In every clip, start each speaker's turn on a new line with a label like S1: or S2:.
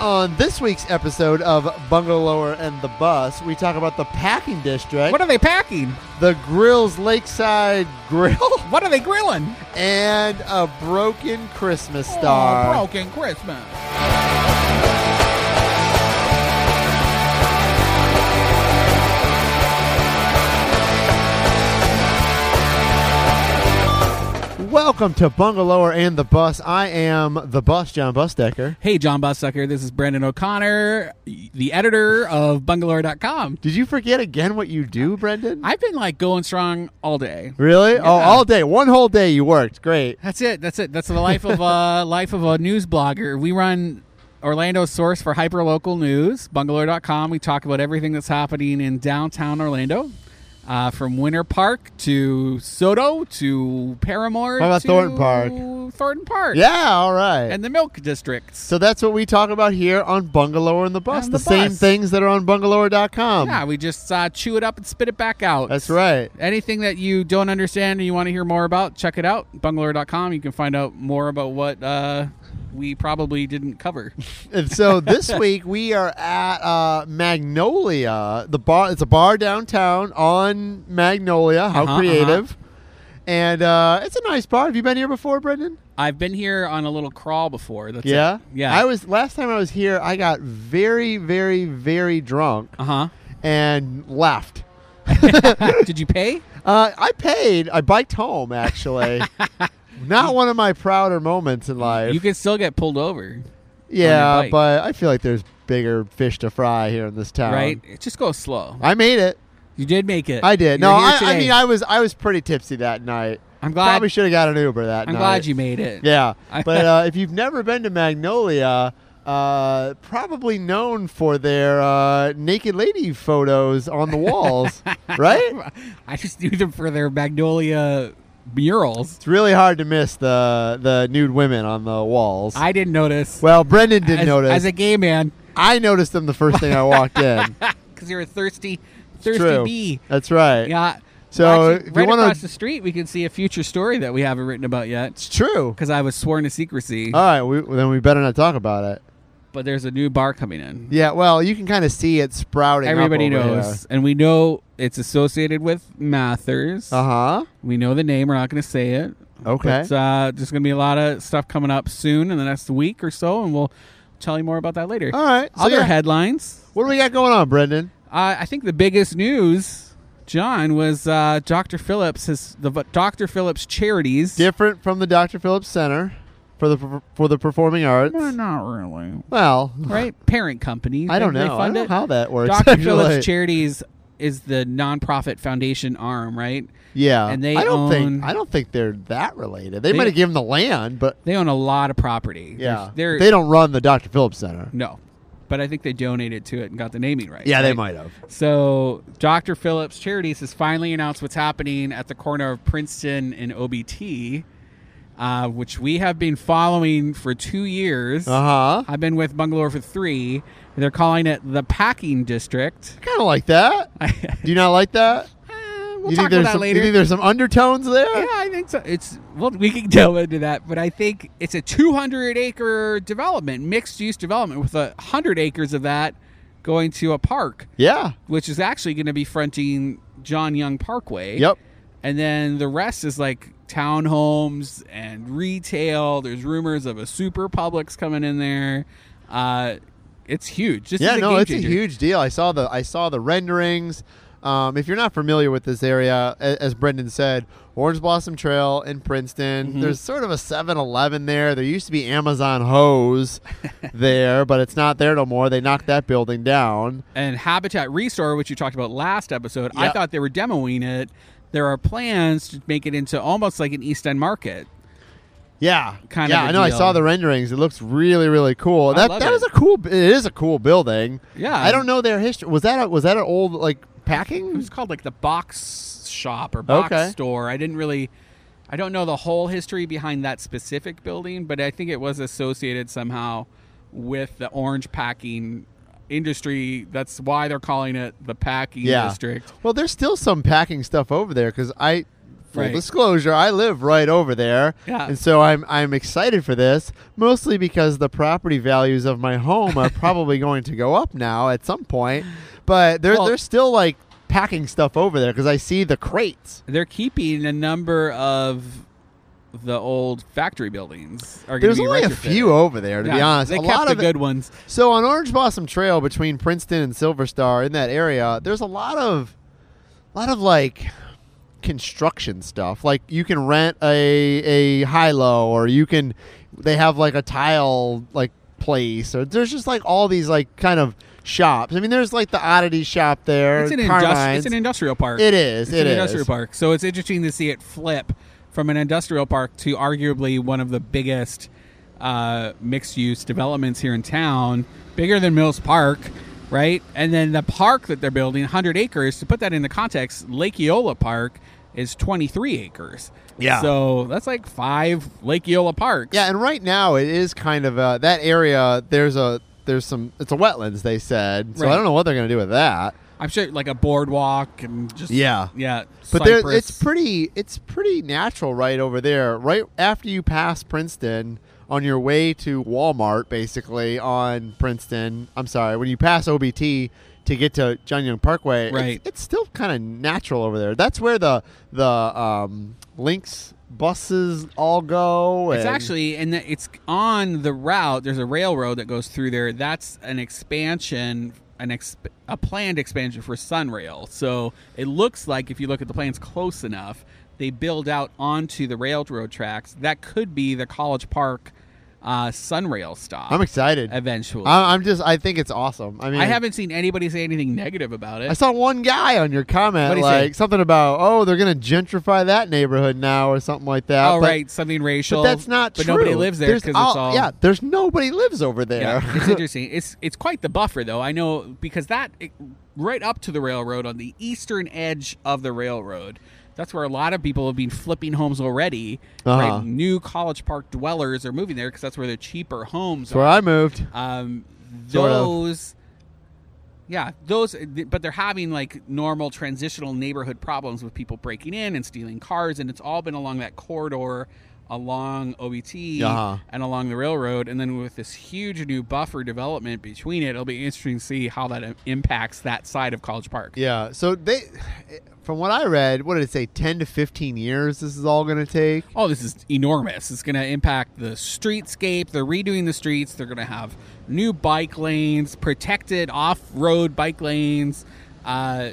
S1: on this week's episode of Bungalower and the Bus, we talk about the packing district,
S2: What are they packing?
S1: the Grills Lakeside Grill,
S2: What are they grilling?
S1: and a broken Christmas star.
S2: Oh, broken Christmas.
S1: Welcome to Bungalower and the Bus. I am the Bus, John Busdecker.
S2: Hey, John Bussucker. This is Brendan O'Connor, the editor of Bungalow.com.
S1: Did you forget again what you do, Brendan?
S2: I've been like going strong all day.
S1: really? Oh,
S2: Yeah.
S1: all day, one whole day you worked. Great.
S2: That's it. That's it. That's the life of a life of a news blogger. We run Orlando's source for hyperlocal news, bungalow.com. We talk about everything that's happening in downtown Orlando, uh, from Winter Park to Soto to Paramore.
S1: How about
S2: to
S1: Thornton Park?
S2: Thornton Park.
S1: Yeah, all right.
S2: And the Milk Districts.
S1: so that's what we talk about here on Bungalower and the Bus.
S2: And
S1: the
S2: the
S1: same
S2: Bus.
S1: things that are on bungalower.com.
S2: Yeah, we just uh, chew it up and spit it back out.
S1: Um, That's right.
S2: Anything that you don't understand and you want to hear more about, check it out. Bungalow.com. You can find out more about what uh, we probably didn't cover.
S1: And so this week we are at uh, Magnolia. The bar it's a bar downtown on Magnolia. How
S2: Uh-huh,
S1: creative. And uh, it's a nice bar. Have you been here before, Brendan?
S2: I've been here on a little crawl before. That's
S1: yeah.
S2: It. Yeah.
S1: I was last time I was here, I got very, very, very drunk
S2: Uh
S1: and left.
S2: huh. Did you pay?
S1: Uh, I paid. I biked home actually. Not one of my prouder moments in life.
S2: You can still get pulled over,
S1: yeah,
S2: bike.
S1: but I feel like there's bigger fish to fry here in this town.
S2: right? Just go slow.
S1: I made it.
S2: You did make it.
S1: I did.
S2: You're
S1: no,
S2: here
S1: I, I
S2: today.
S1: mean, I was I was pretty tipsy that night.
S2: I'm glad.
S1: Probably should have got an Uber that
S2: I'm
S1: night.
S2: glad you made it.
S1: Yeah,
S2: I-
S1: but uh, if you've never been to Magnolia, uh, probably known for their uh, naked lady photos on the walls, right?
S2: I just knew them for their magnolia murals.
S1: It's really hard to miss the the nude women on the walls.
S2: I didn't notice.
S1: well, Brendan didn't
S2: as,
S1: notice.
S2: as a gay man
S1: I noticed them the first thing I walked in.
S2: because you're a thirsty,
S1: It's
S2: thirsty
S1: True.
S2: bee.
S1: That's right.
S2: Yeah.
S1: So,
S2: Actually,
S1: if you
S2: right
S1: wanna-
S2: across the street, we can see a future story that we haven't written about yet
S1: It's true.
S2: because I was sworn to secrecy.
S1: All right, we, then we better not talk about it.
S2: but there's a new bar coming in.
S1: Yeah, well, you can kind of see it sprouting.
S2: Everybody knows, and we know it's associated with Mathers.
S1: Uh huh.
S2: We know the name. We're not going to say it.
S1: Okay.
S2: But, uh, there's going to be a lot of stuff coming up soon in the next week or so, and we'll tell you more about that later.
S1: All right. So
S2: uh, Other
S1: yeah,
S2: headlines.
S1: what do we got going on, Brendan?
S2: Uh, I think the biggest news, John, was uh, Dr. Phillips has the v- Dr. Phillips charities.
S1: Different from the Dr. Phillips Center for the for the Performing Arts.
S2: Well, not really.
S1: Well,
S2: Right? Parent company.
S1: I don't
S2: They- they
S1: know. I
S2: fund
S1: don't know
S2: it.
S1: how that works.
S2: Dr.
S1: actually.
S2: Phillips Charities is the nonprofit foundation arm, right?
S1: Yeah,
S2: and they
S1: I don't think
S2: own-
S1: I don't think they're that related. They,
S2: They-
S1: might have given the land, but
S2: They own a lot of property.
S1: yeah,
S2: They're,
S1: they don't run the Dr. Phillips Center.
S2: No. But I think they donated to it and got the naming right.
S1: Yeah, they
S2: right?
S1: might have.
S2: So, Dr. Phillips Charities has finally announced what's happening at the corner of Princeton and OBT, uh, which we have been following for two years.
S1: Uh huh.
S2: I've been with Bangalore for three. They're calling it the Packing District.
S1: Kind of like that.
S2: Uh,
S1: Do you not like that?
S2: we'll
S1: you
S2: talk
S1: think there's
S2: about that
S1: some, You
S2: later.
S1: think there's some undertones there?
S2: yeah, I think so. It's well, we can delve into that, but I think it's a 200 acre development, mixed use development, with a hundred acres of that going to a park,
S1: Yeah.
S2: which is actually going to be fronting John Young Parkway.
S1: Yep.
S2: And then the rest is like townhomes and retail. There's rumors of a super Publix coming in there. Uh, it's huge. This
S1: yeah.
S2: is a
S1: No,
S2: game
S1: it's
S2: changer.
S1: a huge deal. I saw the I saw the renderings. Um, if you're not familiar with this area, a- as Brendan said, Orange Blossom Trail in Princeton.
S2: Mm-hmm.
S1: There's sort of a 7-Eleven there. There used to be Amazon Hose there, but it's not there no more. They knocked that building down.
S2: and Habitat Restore, which you talked about last episode, I
S1: Yeah.
S2: thought they were demoing it. There are plans to make it into almost like an East End market.
S1: Yeah,
S2: Kind
S1: yeah,
S2: of a
S1: I know. I
S2: deal.
S1: saw the renderings. It looks really, really cool.
S2: I
S1: that
S2: love
S1: that
S2: it.
S1: is a cool. It is a cool building.
S2: Yeah.
S1: I don't know their history. Was that a, was that an old like
S2: It
S1: packing?
S2: was called like the box shop or box
S1: Okay.
S2: store. I didn't really, I don't know the whole history behind that specific building, but I think it was associated somehow with the orange packing industry. That's why they're calling it the packing
S1: Yeah.
S2: district.
S1: Well, there's still some packing stuff over there because I Full
S2: Right.
S1: disclosure, I live right over there,
S2: Yeah.
S1: and so I'm I'm excited for this mostly because the property values of my home are probably going to go up now at some point. But they're
S2: Well-
S1: they're still like packing stuff over there because I see the crates.
S2: They're keeping a number of the old factory buildings. Are gonna
S1: There's
S2: be
S1: only a
S2: retrofitted.
S1: few over there, to be
S2: Yeah,
S1: honest.
S2: they
S1: a
S2: kept
S1: lot
S2: the
S1: of it-
S2: good ones.
S1: So on Orange Blossom Trail between Princeton and Silver Star in that area, there's a lot of lot of like construction stuff. Like you can rent a a high low or you can they have like a tile like place or there's just like all these like kind of shops. I mean there's like the oddity shop there.
S2: It's an, industri-
S1: Carmine's.
S2: it's an industrial park.
S1: It is,
S2: It's
S1: it
S2: an
S1: is.
S2: industrial park. So it's interesting to see it flip from an industrial park to arguably one of the biggest uh, mixed use developments here in town, bigger than Mills Park, right? And then the park that they're building, 100 acres, to put that into context, Lake Eola Park is 23 acres.
S1: Yeah.
S2: So that's like five Lake Eola parks.
S1: Yeah, and right now it is kind of uh, that area there's a there's some it's a wetlands they said. So
S2: Right.
S1: I don't know what they're going to do with that.
S2: I'm sure like a boardwalk and just.
S1: Yeah.
S2: Yeah.
S1: But there,
S2: cypress.
S1: it's pretty it's pretty natural right over there. Right after you pass Princeton on your way to Walmart, basically on Princeton. I'm sorry, when you pass OBT to get to John Young Parkway, it's-
S2: Right.
S1: It's, still kind of natural over there. That's where the the um, Lynx buses all go.
S2: It's
S1: and-
S2: actually, and the- it's on the route. There's a railroad that goes through there. That's an expansion, an exp- a planned expansion for Sunrail. So it looks like if you look at the plans close enough, they build out onto the railroad tracks. That could be the College Park uh, Sunrail stop.
S1: I'm excited.
S2: eventually,
S1: I- I'm just I think it's awesome. I mean,
S2: I haven't seen anybody say anything negative about
S1: I
S2: it.
S1: saw one guy on your comment
S2: What'd he say?
S1: like something about oh they're gonna gentrify that neighborhood now or something like that.
S2: All Oh, right,
S1: but-
S2: something racial.
S1: But that's not
S2: But
S1: true.
S2: nobody lives there
S1: There's
S2: because it's
S1: all-
S2: all
S1: yeah. There's nobody lives over there.
S2: Yeah, it's interesting. It's it's quite the buffer though. I know because that it- right up to the railroad on the eastern edge of the railroad. That's where a lot of people have been flipping homes already. right?
S1: Uh-huh.
S2: New College Park dwellers are moving there because that's where the cheaper homes
S1: That's where
S2: are.
S1: I moved.
S2: Um,
S1: Sort of.
S2: those, yeah, those. But they're having like normal transitional neighborhood problems with people breaking in and stealing cars, and it's all been along that corridor, along OBT
S1: Uh-huh.
S2: and along the railroad, and then with this huge new buffer development between it, it'll be interesting to see how that impacts that side of College Park.
S1: Yeah. So they, from what I read, what did it say? Ten to fifteen years. This is all going to take.
S2: oh, this is enormous. It's going to impact the streetscape. They're redoing the streets. They're going to have new bike lanes, protected off road bike lanes. Uh,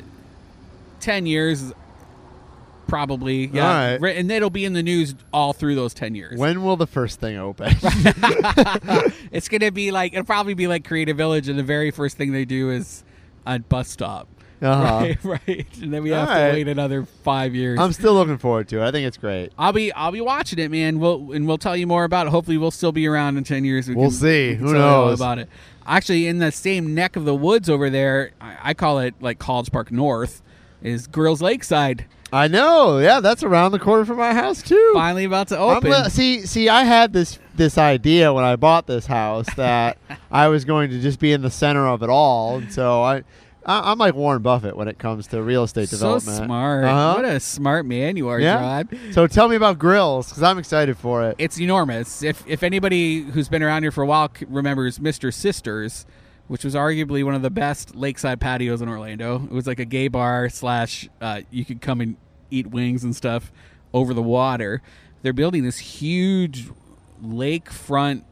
S2: 10 years, is probably. Yeah.
S1: All
S2: Ri- And it'll be in the news all through those 10 years.
S1: When will the first thing open?
S2: it's going to be like, it'll probably be like Creative Village, and the very first thing they do is a bus stop.
S1: Uh-huh.
S2: Right, right. And then we have
S1: All
S2: to
S1: right.
S2: wait another five years.
S1: I'm still looking forward to it. I think it's great.
S2: I'll be I'll be watching it, man. We'll and we'll tell you more about it. Hopefully, we'll still be around in ten years. We
S1: We'll see. Who
S2: tell you all
S1: knows?
S2: about it? Actually, in the same neck of the woods over there, I, I call it like College Park North, is Girls Lakeside
S1: I know. Yeah, that's around the corner from my house too.
S2: finally about to
S1: I'm
S2: open?
S1: li- see, see, I had this this idea when I bought this house that I was going to just be in the center of it all, and so I, I I'm like Warren Buffett when it comes to real estate
S2: so
S1: development.
S2: smart.
S1: Uh-huh.
S2: What a smart man you are, John.
S1: So tell me about grills because I'm excited for it.
S2: It's enormous. If if anybody who's been around here for a while c- remembers Mister Sisters, which was arguably one of the best lakeside patios in Orlando. It was like a gay bar slash uh, you could come and eat wings and stuff over the water. They're building this huge lakefront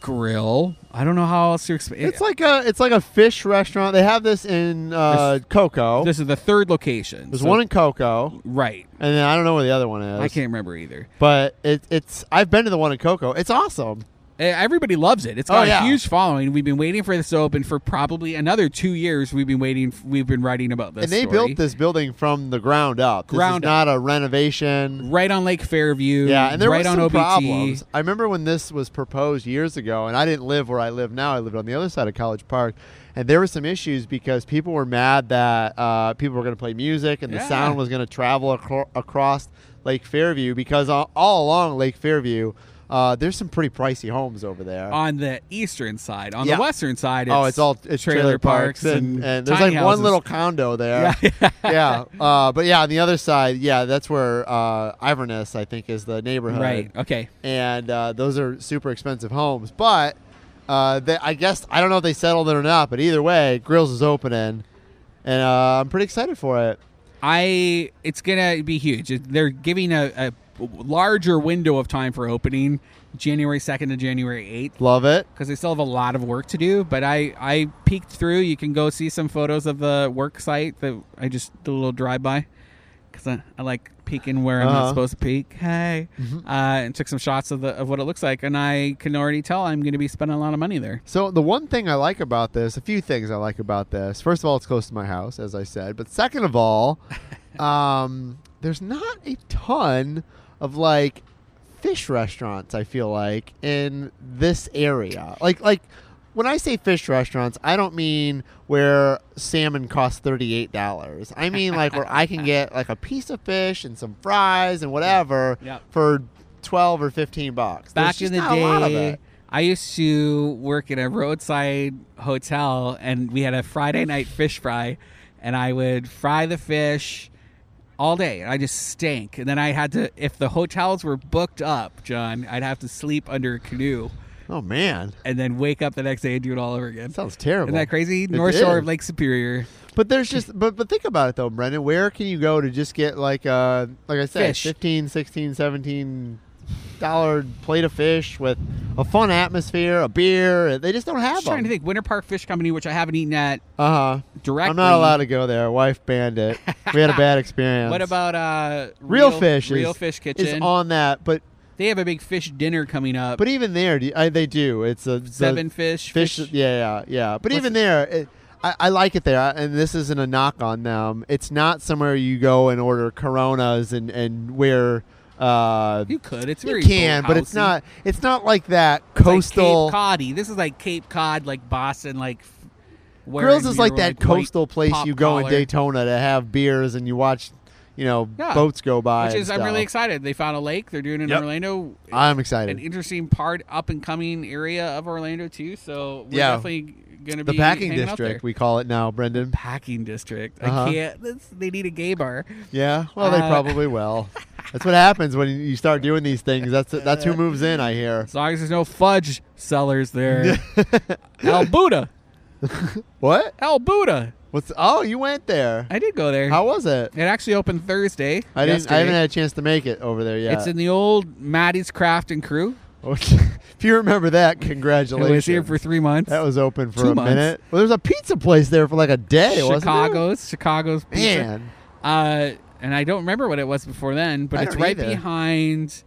S2: grill. I don't know how else to eh, explain.
S1: It's like a it's like a fish restaurant. They have this in uh, Coco.
S2: this is the third location.
S1: There's
S2: So-
S1: one in Coco,
S2: right.
S1: and then I don't know where the other one is.
S2: I can't remember either.
S1: But it, it's I've been to the one in Coco. It's awesome.
S2: Eh, Everybody loves it. It's
S1: Oh,
S2: got
S1: yeah.
S2: a huge following. We've been waiting for this to open for probably another two years. We've been waiting. We've been writing about this.
S1: And they
S2: story.
S1: built this building from the ground up. This
S2: Ground
S1: is
S2: up.
S1: not a renovation.
S2: right on Lake Fairview.
S1: Yeah, and there
S2: right
S1: were some
S2: on OBT.
S1: problems. I remember when this was proposed years ago, and I didn't live where I live now. I lived on the other side of College Park, and there were some issues because people were mad that uh, people were going to play music and
S2: Yeah.
S1: the sound was going to travel acro- across Lake Fairview because all, all along Lake Fairview Uh, there's some pretty pricey homes over there.
S2: on the eastern side. On
S1: Yeah.
S2: the western side, it's
S1: oh, it's all it's
S2: trailer, parks and,
S1: and, there's like
S2: tiny
S1: one
S2: houses.
S1: little condo there.
S2: Yeah.
S1: yeah. Uh, but yeah, on the other side, yeah, that's where uh, Iverness, I think, is the neighborhood.
S2: right. Okay.
S1: And uh, those are super expensive homes. But uh, they, I guess, I don't know if they settled it or not, but either way, Grills is opening. And uh, I'm pretty excited for it.
S2: I it's gonna be huge. It- They're giving a, a larger window of time for opening, January second to January eighth,
S1: Love it.
S2: because they still have a lot of work to do. But I I peeked through. You can go see some photos of the work site that I just did a little drive by, because I, I like peeking where I'm not
S1: Uh-huh.
S2: supposed to peek. Hey, uh, and took some shots of the of what it looks like, and I can already tell I'm going to be spending a lot of money there.
S1: So the one thing I like about this, a few things I like about this. First of all, it's close to my house, as I said. But second of all, um, there's not a ton of like fish restaurants. I feel like in this area, like like when I say fish restaurants, I don't mean where salmon costs thirty eight dollars. I mean like where I can get like a piece of fish and some fries and whatever
S2: Yeah.
S1: for twelve or fifteen bucks. There's
S2: back
S1: just
S2: in the
S1: not a lot of
S2: day
S1: it.
S2: i used to work in a roadside hotel and we had a friday night fish fry and i would fry the fish all day and i just stank and then i had to if the hotels were booked up john i'd have to sleep under a canoe
S1: Oh man.
S2: and then wake up the next day and do it all over again
S1: Sounds terrible.
S2: isn't that crazy north
S1: is.
S2: shore of lake superior
S1: But there's just but but think about it though, Brendan. Where can you go to just get like uh like I said,
S2: Fish.
S1: fifteen, sixteen, seventeen dollar plate of fish with a fun atmosphere, a beer. They just don't have
S2: just trying to think winter park fish company which i haven't eaten at
S1: Uh huh.
S2: directly
S1: I'm not allowed to go there. Wife banned it. We had a bad experience.
S2: what about uh
S1: real, fish?
S2: real
S1: is,
S2: fish kitchen
S1: is on that, but
S2: they have a big fish dinner coming up
S1: but even there, do you- I, they do. It's a it's a-
S2: seven fish,
S1: fish. Yeah, yeah, yeah. But
S2: What's
S1: even
S2: it-
S1: there, it, I, I like it there. And this isn't a knock on them. It's not somewhere you go and order Coronas and and where uh,
S2: You could. It's
S1: you
S2: very
S1: can, but it's
S2: boathousey.
S1: not. It's not like that
S2: It's like
S1: coastal.
S2: Cape Coddy. This is like Cape Cod, like Boston, like. f- wearing
S1: Grills is
S2: your,
S1: like that
S2: white
S1: coastal place
S2: pop
S1: you go
S2: collar,
S1: in Daytona to have beers and you watch, you know,
S2: Yeah.
S1: boats go by.
S2: Which
S1: and
S2: is, I'm really
S1: stuff.
S2: excited. They found a lake. They're doing it in
S1: Yep.
S2: Orlando.
S1: I'm
S2: An
S1: excited.
S2: interesting part, up and coming area of Orlando too. So we're
S1: Yeah.
S2: definitely going to be
S1: The packing
S2: hanging out there.
S1: district, we call it now, Brendan.
S2: packing district.
S1: Uh-huh.
S2: I can't. This, they need a gay bar.
S1: Yeah, well, they
S2: Uh,
S1: probably will. That's what happens when you start doing these things. That's that's who moves in. I hear.
S2: As long as there's no fudge sellers there. El Buddha.
S1: What?
S2: El Buddha.
S1: What's? Oh, you went there.
S2: I did go there.
S1: How was it?
S2: It actually opened Thursday.
S1: I didn't. I
S2: yesterday.
S1: haven't had a chance to make it over there yet.
S2: It's in the old Maddie's Craft and Crew.
S1: if you remember that,
S2: It was
S1: congratulations.
S2: here for three months.
S1: that was open for
S2: two
S1: a
S2: months.
S1: minute. Well, there was a pizza place there for like a day. Wasn't
S2: Chicago's, Chicago's
S1: there?
S2: pizza.
S1: man.
S2: Uh, and I don't remember what it was before then, but
S1: I
S2: it's
S1: don't
S2: right
S1: either.
S2: behind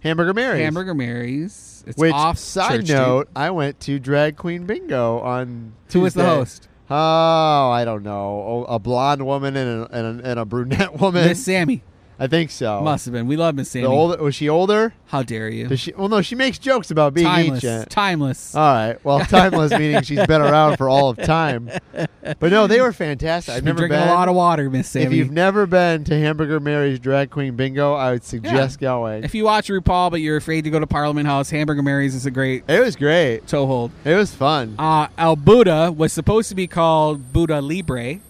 S1: Hamburger Mary's.
S2: Hamburger Mary's. It's
S1: Which
S2: off
S1: side
S2: Church
S1: note, I went to drag queen bingo on.
S2: Street. Who was the
S1: Tuesday.
S2: host?
S1: Oh, I don't know. Oh, A blonde woman and a, and a, and a brunette woman.
S2: Miss Sammy.
S1: I think so.
S2: Must have been. We love Miss
S1: Oh. the
S2: Sammy.
S1: older was she older?
S2: How dare you?
S1: Does she? Well, no, she makes jokes about being
S2: Timeless.
S1: ancient.
S2: Timeless.
S1: All right. Well, timeless meaning she's been around for all of time. But no, they were fantastic.
S2: She's
S1: I've
S2: been
S1: never
S2: drinking
S1: been.
S2: a lot of water, Miss Sammy.
S1: if you've never been to Hamburger Mary's Drag Queen Bingo, I would suggest going.
S2: If you watch RuPaul but you're afraid to go to Parliament House, Hamburger Mary's is a great
S1: It was great.
S2: toehold.
S1: It was fun.
S2: Uh, El Buddha was supposed to be called Buddha Libre.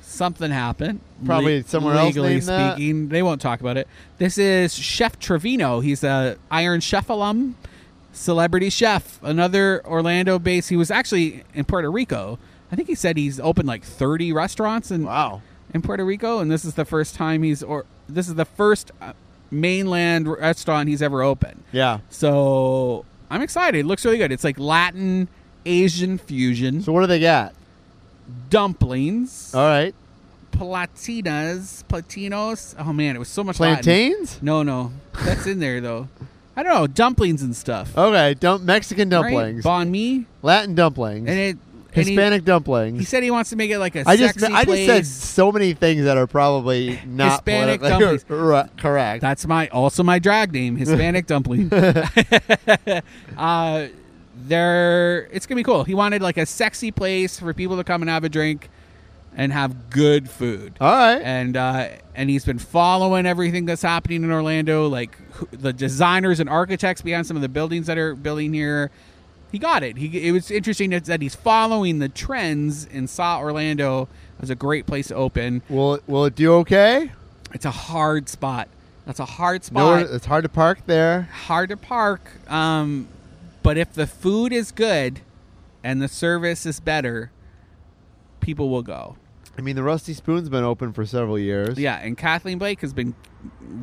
S2: Something happened.
S1: Probably somewhere else
S2: legally
S1: named that.
S2: speaking, they won't talk about it. This is Chef Trevino. He's a Iron Chef alum, celebrity chef. Another Orlando base. He was actually in Puerto Rico. I think he said he's opened like 30 restaurants in
S1: Wow.
S2: in Puerto Rico, and this is the first time he's or this is the first uh, mainland restaurant he's ever opened.
S1: Yeah.
S2: So I'm excited. It looks really good. It's like Latin Asian fusion.
S1: So Uh. what do they got?
S2: Dumplings,
S1: All right.
S2: platinas, platinos. Oh man, it was so much Latin.
S1: Plantains.
S2: No, no, that's in there though. I don't know dumplings and stuff.
S1: Okay. Dump Mexican
S2: right?
S1: Oh, dumplings.
S2: Bon mi,
S1: Latin dumplings.
S2: and it and he-
S1: Hispanic
S2: He,
S1: dumplings.
S2: said he wants to make it like a
S1: I just
S2: sexy
S1: I just
S2: place.
S1: said so many things that are probably not
S2: Hispanic
S1: politically
S2: dumplings.
S1: cor- correct.
S2: That's my also my drag name, Hispanic Dumpling. uh, there, it's gonna be cool. He wanted like a sexy place for people to come and have a drink. and have good food.
S1: All right.
S2: and uh, and he's been following everything that's happening in Orlando, like who- the designers and architects behind some of the buildings that are building here. He got it. He it was interesting that that he's following the trends and saw Orlando as a great place to open.
S1: Will it, will it do okay?
S2: It's a hard spot. That's a hard
S1: No,
S2: spot.
S1: it's hard to park there.
S2: hard to park. Um, but if the food is good and the service is better, people will go.
S1: I mean, the Rusty Spoon's been open for several years.
S2: Yeah, and Kathleen Blake has been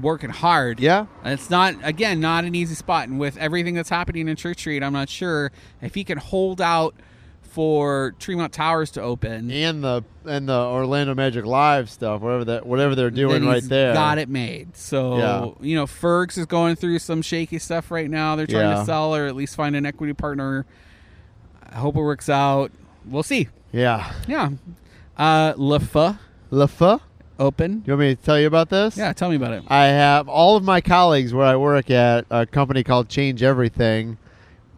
S2: working hard.
S1: Yeah.
S2: And It's not again not an easy spot, and with everything that's happening in Church Street, I'm not sure if he can hold out for Tremont Towers to open.
S1: And the and the Orlando Magic Live stuff, whatever that whatever they're doing
S2: then
S1: right
S2: he's
S1: there.
S2: got it made. So
S1: Yeah.
S2: you know, Fergs is going through some shaky stuff right now. They're trying
S1: Yeah.
S2: to sell or at least find an equity partner. I hope it works out. We'll see.
S1: Yeah.
S2: Yeah, uh, Lafa
S1: Lafa,
S2: open.
S1: you want me to tell you about this?
S2: Yeah, tell me about it.
S1: I have all of my colleagues where I work at a company called Change Everything.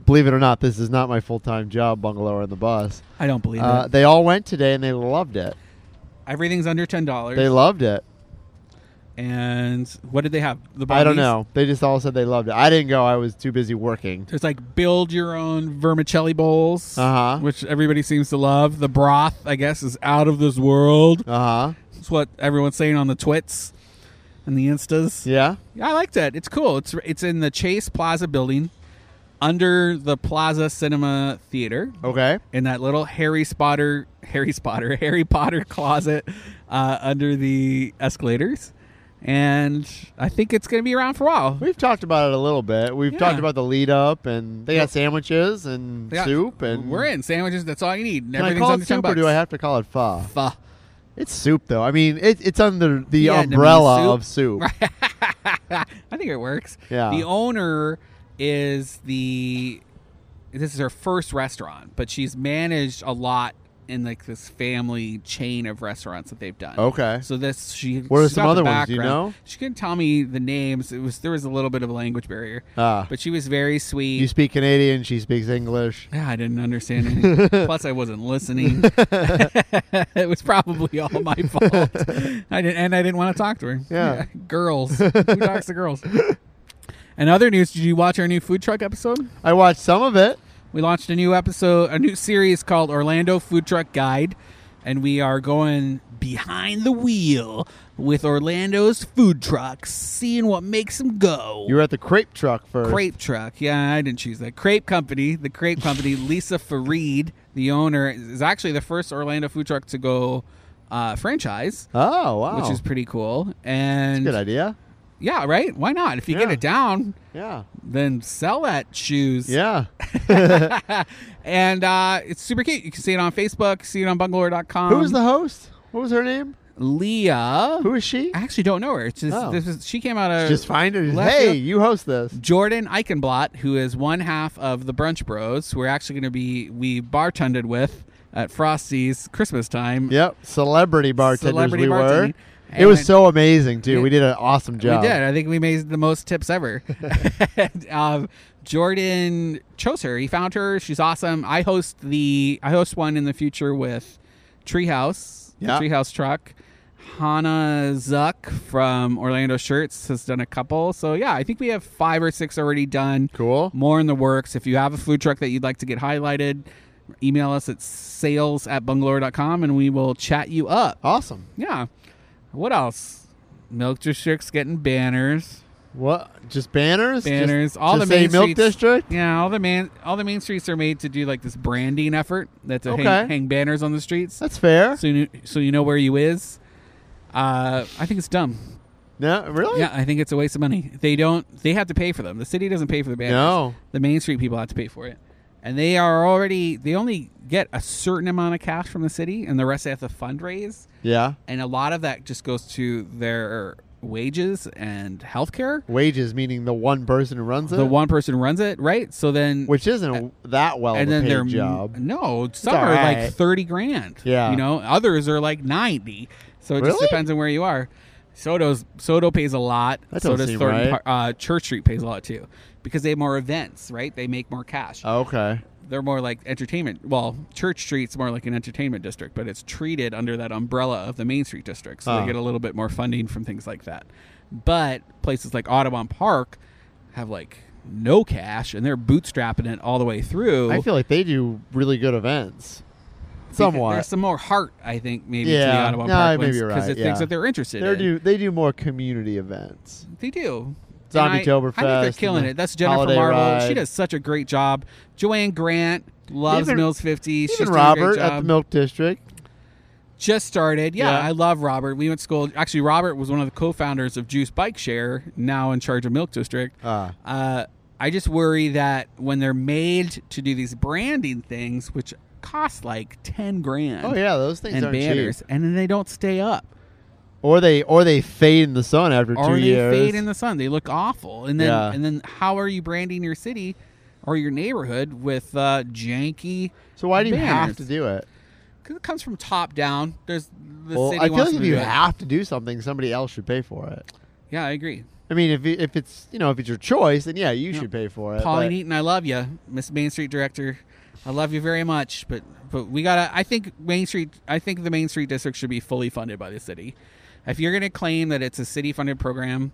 S1: Believe it or not, this is not my full time job, bungalow on the bus.
S2: I don't believe
S1: Uh,
S2: it.
S1: they all went today and they loved it.
S2: Everything's under ten dollars.
S1: They loved it.
S2: and what did they have? The
S1: I don't
S2: brownies?
S1: know. They just all said they loved it. I didn't go. I was too busy working.
S2: There's like build your own vermicelli bowls,
S1: Uh-huh.
S2: which everybody seems to love. The broth, I guess, is out of this world.
S1: Uh huh.
S2: It's what everyone's saying on the twits and the instas.
S1: Yeah.
S2: Yeah, I liked it. It's cool. It's it's in the Chase Plaza building, under the Plaza Cinema Theater,
S1: Okay.
S2: in that little Harry Spotter, Harry Spotter, Harry Potter closet uh, under the escalators. And I think it's going to be around for a while.
S1: We've talked about it a little bit. We've
S2: Yeah.
S1: talked about the lead up, and they got sandwiches and
S2: They got-
S1: soup, and
S2: we're in sandwiches. That's all you need.
S1: Can I
S2: Everything's
S1: call
S2: under
S1: it
S2: ten
S1: soup, or
S2: bucks.
S1: do I have to call it pho?
S2: Pho.
S1: It's soup, though. I mean, it, it's under the
S2: Vietnamese
S1: umbrella
S2: soup.
S1: of soup.
S2: I think it works.
S1: Yeah.
S2: The owner is the this is her first restaurant, but she's managed a lot in like this family chain of restaurants that they've done.
S1: Okay.
S2: So this she
S1: What are
S2: she's
S1: some
S2: got the
S1: other ones? Do you
S2: background.
S1: know?
S2: She couldn't tell me the names. It was there was a little bit of a language barrier.
S1: Ah.
S2: But she was very sweet.
S1: You speak Canadian, she speaks English.
S2: Yeah, I didn't understand anything. Plus, I wasn't listening. it was probably all my fault. I didn't, and I didn't want to talk to her.
S1: Yeah.
S2: girls. Who talks to girls? And other news: Did you watch our new food truck episode?
S1: I watched some of it.
S2: We launched a new episode, a new series called Orlando Food Truck Guide, and we are going behind the wheel with Orlando's food trucks, seeing what makes them go.
S1: You were at the crepe truck first.
S2: Crepe truck. Yeah, I didn't choose that. Crepe company. The crepe company. Lisa Farid, the owner, is actually the first Orlando food truck to go uh, franchise,
S1: Oh wow,
S2: which is pretty cool. And
S1: good idea.
S2: yeah, right? Why not? If you get
S1: Yeah.
S2: it down,
S1: Yeah,
S2: then sell that shoes.
S1: yeah.
S2: and uh, it's super cute. You can see it on Facebook. See it on bungalow.com.
S1: Who was the host? What was her name?
S2: Leah?
S1: Who is she?
S2: I actually don't know her. It's just,
S1: Oh.
S2: this is, she came out of
S1: Just find her.
S2: left
S1: Hey,
S2: you-
S1: you host this.
S2: Jordan Eichenblatt, who is one half of the Brunch Bros, who we're actually going to be we bartended with at Frosty's Christmas time.
S1: Yep, celebrity bartenders
S2: Celebrity
S1: we were.
S2: bartending.
S1: It was
S2: And-
S1: so amazing too. We did an awesome
S2: We
S1: job.
S2: did. I think we made the most tips ever. And, um, Jordan chose her. He found her. She's awesome. I host the I host one in the future with Treehouse, the
S1: Yeah.
S2: Treehouse Truck. Hannah Zuck from Orlando Shirts has done a couple. So yeah, I think we have five or six already done.
S1: Cool.
S2: more in the works. If you have a food truck that you'd like to get highlighted, email us at sales at bungalow.com and we will chat you up.
S1: Awesome.
S2: Yeah. What else? Milk District's getting banners.
S1: What? Just banners?
S2: Banners.
S1: Just,
S2: all
S1: just
S2: the
S1: say
S2: main
S1: Milk
S2: streets,
S1: District.
S2: Yeah, all the man all the main streets are made to do like this branding effort that to
S1: Okay.
S2: hang, hang banners on the streets.
S1: That's fair.
S2: so you so you know where you is. Uh, I think it's dumb.
S1: No, really?
S2: Yeah, I think it's a waste of money. They don't they have to pay for them. The city doesn't pay for the banners.
S1: No.
S2: The Main Street people have to pay for it. And they are already they only get a certain amount of cash from the city and the rest they have to fundraise.
S1: Yeah.
S2: And a lot of that just goes to their wages and healthcare.
S1: Wages meaning the one person who runs it,
S2: The one person runs it, right? So then
S1: which isn't that well
S2: and then
S1: paid
S2: their
S1: job.
S2: No, some
S1: all
S2: are
S1: right.
S2: like thirty grand.
S1: Yeah.
S2: you know, others are like ninety. So it just
S1: Really?
S2: depends on where you are. Soto's Soto pays a lot.
S1: That
S2: so
S1: don't
S2: does
S1: seem
S2: Thornton
S1: right.
S2: Par- uh, Church Street pays a lot too, because they have more events, right? They make more cash.
S1: Okay.
S2: They're more like entertainment. Well, Church Street's more like an entertainment district, but it's treated under that umbrella of the Main Street district, so
S1: Oh.
S2: they get a little bit more funding from things like that. But places like Audubon Park have like no cash, and they're bootstrapping it all the way through.
S1: I feel like they do really good events.
S2: Because
S1: Somewhat.
S2: There's some more heart, I think, maybe to the
S1: Yeah.
S2: Audubon
S1: No,
S2: Park
S1: maybe
S2: ones
S1: you're
S2: because
S1: right,
S2: it's
S1: yeah.
S2: things that they're interested
S1: They
S2: in.
S1: do they do more community events.
S2: They do.
S1: Zombie
S2: And I- I think they're
S1: Toberfest
S2: killing
S1: and
S2: it. That's Jennifer
S1: Holiday
S2: Marvel. She
S1: Ride.
S2: does such a great job. Joanne Grant loves
S1: Even-
S2: Mills 50. She's
S1: Even
S2: doing a
S1: Robert uh,
S2: great
S1: at the
S2: job.
S1: Milk District.
S2: Just started. Yeah,
S1: Yeah.
S2: I love Robert. We went to school. Actually, Robert was one of the co founders of Juice Bike Share, now in charge of Milk District.
S1: Ah.
S2: Uh, I just worry that when they're made to do these branding things, which cost like 10 grand
S1: Oh yeah, those things
S2: and
S1: aren't
S2: banners,
S1: cheap.
S2: and then they don't stay up.
S1: Or they or they fade in the sun after
S2: or
S1: two
S2: they
S1: years.
S2: fade in the sun. They look awful. And then
S1: Yeah.
S2: and then how are you branding your city or your neighborhood with uh, janky?
S1: so why do you have
S2: banners?
S1: to do it?
S2: Because it comes from top down. There's the
S1: Well,
S2: city.
S1: I feel
S2: wants
S1: like if
S2: to
S1: you
S2: do it.
S1: have to do something, somebody else should pay for it.
S2: yeah, I agree.
S1: I mean, if it- if it's you know if it's your choice, then yeah, you should pay for it.
S2: Pauline
S1: Uh, but-
S2: Eaton, I love you, Miss Main Street director. I love you very much, but but we gotta. I think Main Street. I think the Main Street district should be fully funded by the city. If you're gonna claim that it's a city funded program,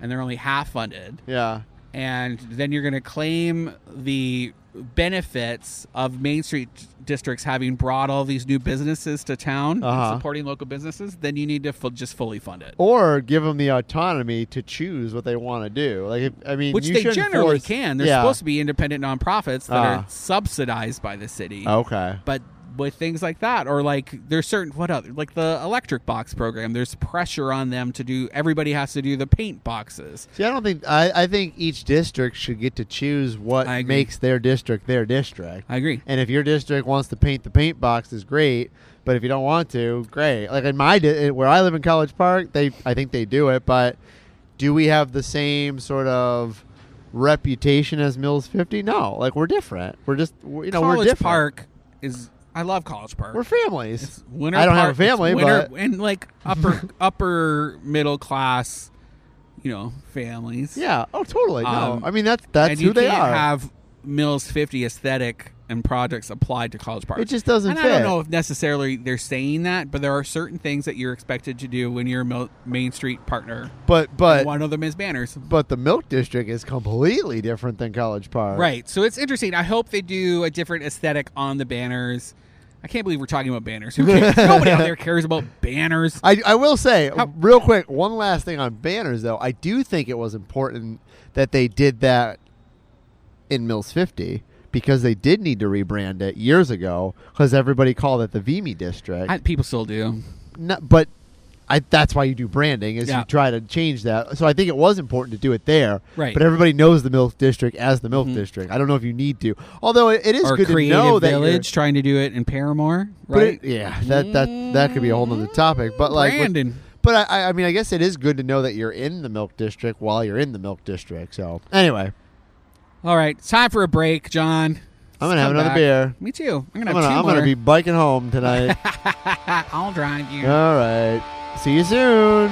S2: and they're only half funded,
S1: yeah,
S2: and then you're going to claim the benefits of Main Street districts having brought all these new businesses to town
S1: Uh-huh. Oh,
S2: and supporting local businesses, then you need to fu- just fully fund it.
S1: or give them the autonomy to choose what they want to do. Like, if, I mean,
S2: Which
S1: you
S2: they
S1: shouldn't
S2: generally
S1: force-
S2: can. They're
S1: yeah.
S2: supposed to be independent nonprofits that
S1: Ah.
S2: are subsidized by the city.
S1: Okay.
S2: But with things like that, or like there's certain, what other, like the electric box program, there's pressure on them to do, everybody has to do the paint boxes.
S1: See, I don't think I, I think each district should get to choose what
S2: I agree.
S1: makes their district their district.
S2: I agree.
S1: and if your district wants to paint the paint boxes, great. But if you don't want to, great. Like in my di- where I live in College Park, they I think they do it. But do we have the same sort of reputation as Mills Fifty? No. Like we're different. We're just we're, you know we're
S2: College
S1: different.
S2: Park is, I love College Park.
S1: We're families.
S2: Winter
S1: I don't
S2: Park-
S1: have a family,
S2: it's winter,
S1: but
S2: and like upper upper middle class, you know, families.
S1: yeah. Oh, totally.
S2: Um,
S1: no, I mean that's that's
S2: and
S1: who
S2: you
S1: they
S2: can't
S1: are.
S2: Have Mills fifty aesthetic and projects applied to College Park.
S1: it just doesn't
S2: and
S1: fit.
S2: I don't know if necessarily they're saying that, but there are certain things that you're expected to do when you're a Mil- Main Street partner.
S1: but but
S2: One of them is banners.
S1: but the Milk District is completely different than College Park.
S2: Right. So it's interesting. I hope they do a different aesthetic on the banners. I can't believe we're talking about banners. Who cares? Nobody out there cares about banners.
S1: I, I will say real quick one last thing on banners though I do think it was important that they did that in Mills 50 because they did need to rebrand it years ago because everybody called it the VME district
S2: I, people still do.
S1: No- but I, that's why you do branding is
S2: Yeah.
S1: you try to change that so I think it was important to do it there
S2: Right.
S1: but everybody knows the Mills district as the Mills district I don't know if you need to although it, it is
S2: or
S1: good to
S2: Creative
S1: know that you're-
S2: Village trying to do it in Paramore,
S1: But
S2: right?
S1: it- yeah, that that that could be a whole nother topic. But like, with-
S2: Brandon.
S1: but I- I, I mean, I guess it is good to know that you're in the milk district while you're in the milk district. So anyway,
S2: All right, it's time for a break, John.
S1: I'm
S2: Let's
S1: gonna have
S2: come
S1: another
S2: back.
S1: beer.
S2: Me too. I'm gonna
S1: I'm
S2: have
S1: gonna, I'm
S2: two
S1: gonna be
S2: more.
S1: biking home tonight.
S2: I'll drive you.
S1: All right, see you soon.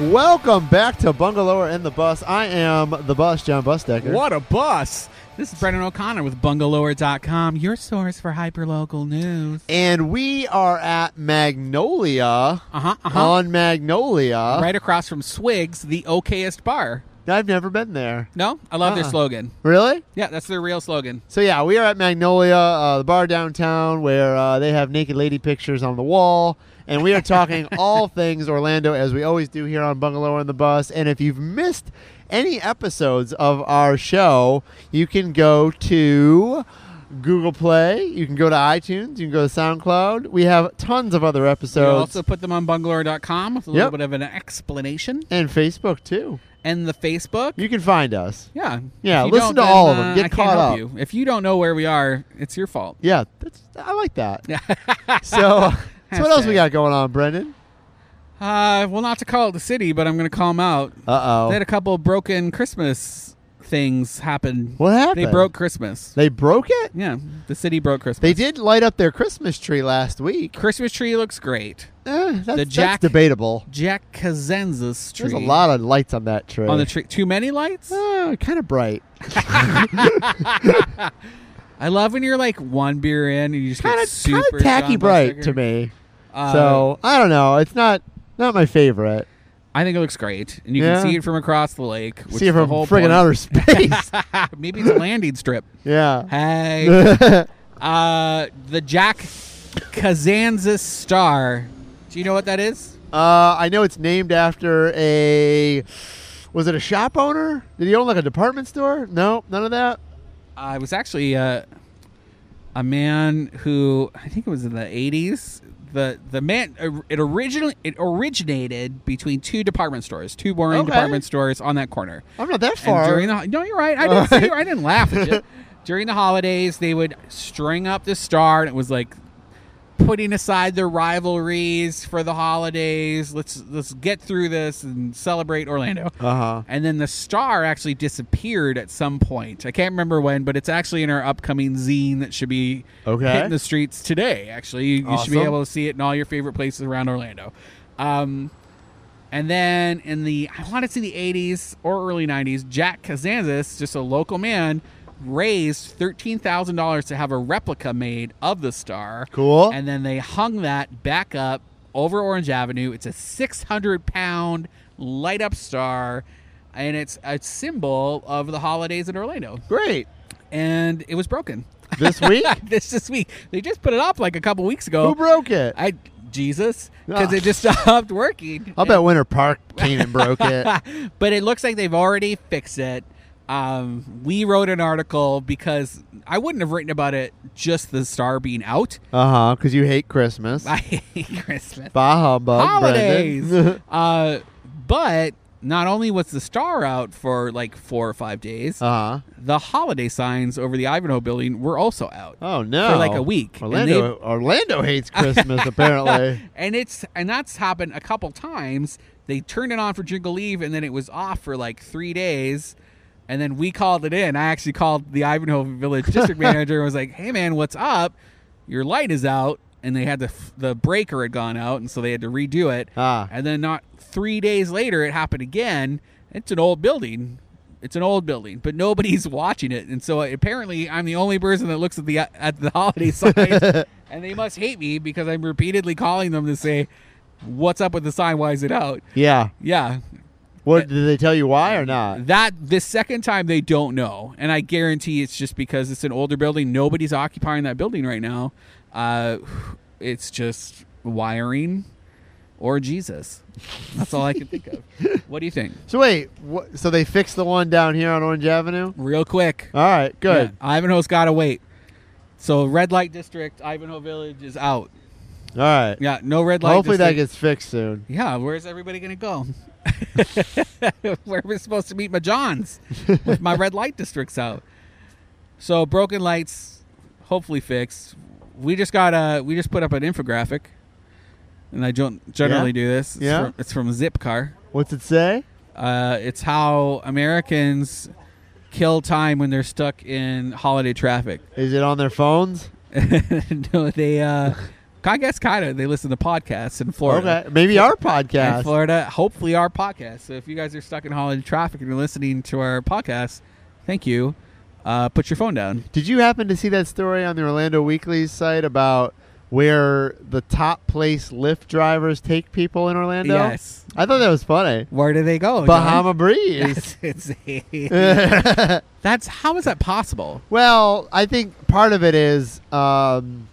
S1: Welcome back to Bungalower and the Bus. I am the Bus, John Busdecker.
S2: What a bus! This is Brendan O'Connor with Bungalower.com, your source for hyperlocal news.
S1: And we are at Magnolia
S2: Uh huh. Uh huh.
S1: on Magnolia.
S2: right across from Swigs, the okayest bar.
S1: I've never been there.
S2: No, I love their
S1: Uh-uh.
S2: slogan.
S1: Really?
S2: Yeah, that's their real slogan.
S1: So yeah, we are at Magnolia, uh, the bar downtown, where uh, they have naked lady pictures on the wall, and we are talking all things Orlando as we always do here on Bungalow on the Bus. And if you've missed any episodes of our show, you can go to Google Play, you can go to iTunes, you can go to SoundCloud. We have tons of other
S2: So we
S1: episodes
S2: also put them on Bungalower.com with a
S1: Yep.
S2: little bit of an explanation
S1: and Facebook too.
S2: and the Facebook.
S1: You can find us.
S2: Yeah.
S1: Yeah,
S2: If you
S1: listen
S2: don't,
S1: to all
S2: then,
S1: of 'em.
S2: uh,
S1: Get
S2: I can't
S1: caught
S2: help
S1: up.
S2: You. If you don't know where we are, it's your fault.
S1: Yeah, that's I like that. so, so what else we
S2: Hashtag.
S1: got going on, Brendan?
S2: Uh, well, not to call it the city, but I'm going to call them out.
S1: Uh
S2: They
S1: oh.
S2: had a couple broken Christmas things happen.
S1: What happened?
S2: They broke Christmas.
S1: They broke it.
S2: Yeah, the city broke Christmas.
S1: They did light up their Christmas tree last week.
S2: Christmas tree looks great.
S1: Eh, that's, that's
S2: Jack-
S1: debatable.
S2: Jack Kazenza's tree.
S1: There's a lot of lights on that tree.
S2: on the tree. Too many lights.
S1: kind of bright.
S2: I love when you're like one beer in and you just
S1: Kind
S2: get
S1: of kind
S2: super
S1: of tacky
S2: John
S1: bright
S2: Bustiger.
S1: to me.
S2: Uh,
S1: so I don't know. It's not not my favorite.
S2: I think it looks great, and you
S1: Yeah.
S2: can see it from across the lake.
S1: See
S2: Which is
S1: it
S2: the
S1: from
S2: whole
S1: friggin'
S2: point.
S1: outer space.
S2: Maybe it's a landing strip.
S1: yeah.
S2: Hey,
S1: I
S2: uh, the Jack Kazanza Star. Do you know what that is?
S1: Uh, I know it's named after a. Was it a shop owner? Did he own like a department store? No, none of that.
S2: Uh, it was actually uh, a man who I think it was in the eighties. The the man uh, it originally it originated between two department stores, two boring
S1: Okay.
S2: department stores on that corner.
S1: I'm not that
S2: And
S1: far.
S2: during the no, you're right. I didn't see you. I didn't laugh at you. During the holidays, they would string up the star, and it was like putting aside their rivalries for the holidays. Let's let's get through this and celebrate Orlando.
S1: uh huh.
S2: And then the star actually disappeared at some point. I can't remember when, but it's actually in our upcoming zine that should be
S1: Okay.
S2: hitting the streets today. Actually, you, you should
S1: Awesome.
S2: be able to see it in all your favorite places around Orlando. Um, and then in the, I want to say the 80s or early 90s, Jack Kazanzas, just a local man, raised $13,000 to have a replica made of the star.
S1: Cool.
S2: And then they hung that back up over Orange Avenue. It's a 600 pound light up star, and it's a symbol of the holidays in Orlando.
S1: Great.
S2: And it was broken.
S1: This week,
S2: this this week. They just put it up like a couple weeks ago.
S1: who broke it?
S2: I Jesus because
S1: Ah.
S2: it just stopped working.
S1: I'll bet Winter Park came and broke it.
S2: but it looks like they've already fixed it. Um, we wrote an article because I wouldn't have written about it just the star being out.
S1: Uh huh. Because you hate Christmas.
S2: I hate Christmas.
S1: bah humbug,
S2: holidays.
S1: Brendan.
S2: uh, but not only was the star out for like four or five days,
S1: uh huh.
S2: the holiday signs over the Ivanhoe building were also out.
S1: Oh no!
S2: For like a week. And
S1: Orlando. Orlando hates Christmas apparently.
S2: and it's and that's happened a couple times. They turned it on for Jingle Eve, and then it was off for like three days. And then we called it in. I actually called the Ivanhoe Village District Manager and was like, "Hey, man, what's up? Your light is out." And they had the f- the breaker had gone out, and so they had to redo it.
S1: Ah.
S2: And then not three days later, it happened again. It's an old building. It's an old building, but nobody's watching it, and so apparently I'm the only person that looks at the at the holiday sign, and they must hate me because I'm repeatedly calling them to say, "What's up with the sign? Why is it out?"
S1: Yeah.
S2: Yeah,
S1: What did they tell you why or not?
S2: that the second time they don't know, and I guarantee it's just because it's an older building. Nobody's occupying that building right now. Uh, it's just wiring or Jesus. That's all I can think of. What do you think?
S1: So wait, wh- so they fixed the one down here on Orange Avenue?
S2: Real quick.
S1: All right, good.
S2: Yeah, Ivanhoe's got to wait. So red light district, Ivanhoe Village is out.
S1: All right.
S2: Yeah, no red light.
S1: Hopefully that
S2: district.
S1: gets fixed soon.
S2: Yeah, where's everybody gonna go? Where am I supposed to meet my Johns with my red light districts out? So broken lights, hopefully fixed. We just got a we just put up an infographic, and I don't generally
S1: Yeah.
S2: do this. It's
S1: Yeah.
S2: from, it's from Zipcar.
S1: What's it say?
S2: Uh, it's how Americans kill time when they're stuck in holiday traffic.
S1: Is it on their phones?
S2: no, they uh, I guess kind of they listen to podcasts in Florida.
S1: Okay, maybe our
S2: in
S1: podcast.
S2: Florida. Hopefully, our podcast. So if you guys are stuck in holiday traffic and you're listening to our podcast, thank you. Uh, put your phone down.
S1: Did you happen to see that story on the Orlando Weekly's site about where the top place Lyft drivers take people in Orlando?
S2: Yes. Oh,
S1: I thought that was funny.
S2: Where do they go? John?
S1: Bahama Breeze.
S2: Yes, it's a- that's how is that possible?
S1: Well, I think part of it is, um,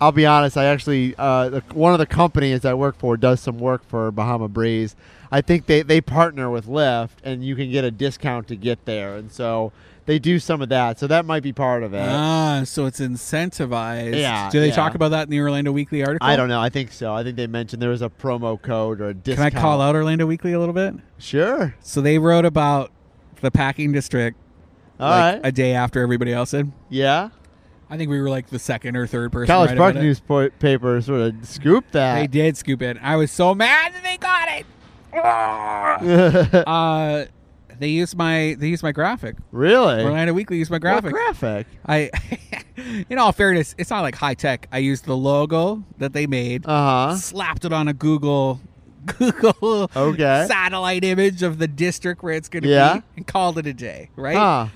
S1: I'll be honest. I actually uh, the, one of the companies I work for does some work for Bahama Breeze. I think they they partner with Lyft, and you can get a discount to get there, and so they do some of that. So that might be part of it.
S2: Ah, so it's incentivized.
S1: Yeah,
S2: Do they
S1: yeah.
S2: talk about that in the Orlando Weekly article?
S1: I don't know. I think so. I think they mentioned there was a promo code or a
S2: Can I
S1: discount.
S2: call out Orlando Weekly a little bit?
S1: Sure.
S2: So they wrote about the packing district
S1: All
S2: like,
S1: right.
S2: a day after everybody else did.
S1: yeah.
S2: I think we were like the second or third person.
S1: College
S2: right
S1: Park
S2: about it.
S1: newspaper sort of scooped
S2: They
S1: that.
S2: did scoop it. I was so mad that they got it. Uh, they used my they used my graphic.
S1: really?
S2: Orlando Weekly used my graphic.
S1: What graphic?
S2: I, in all fairness, it's not like high tech. I used the logo that they made,
S1: Uh huh.
S2: slapped it on a Google Google
S1: Okay.
S2: satellite image of the district where it's going to
S1: Yeah.
S2: be, and called it a day, right?
S1: Huh.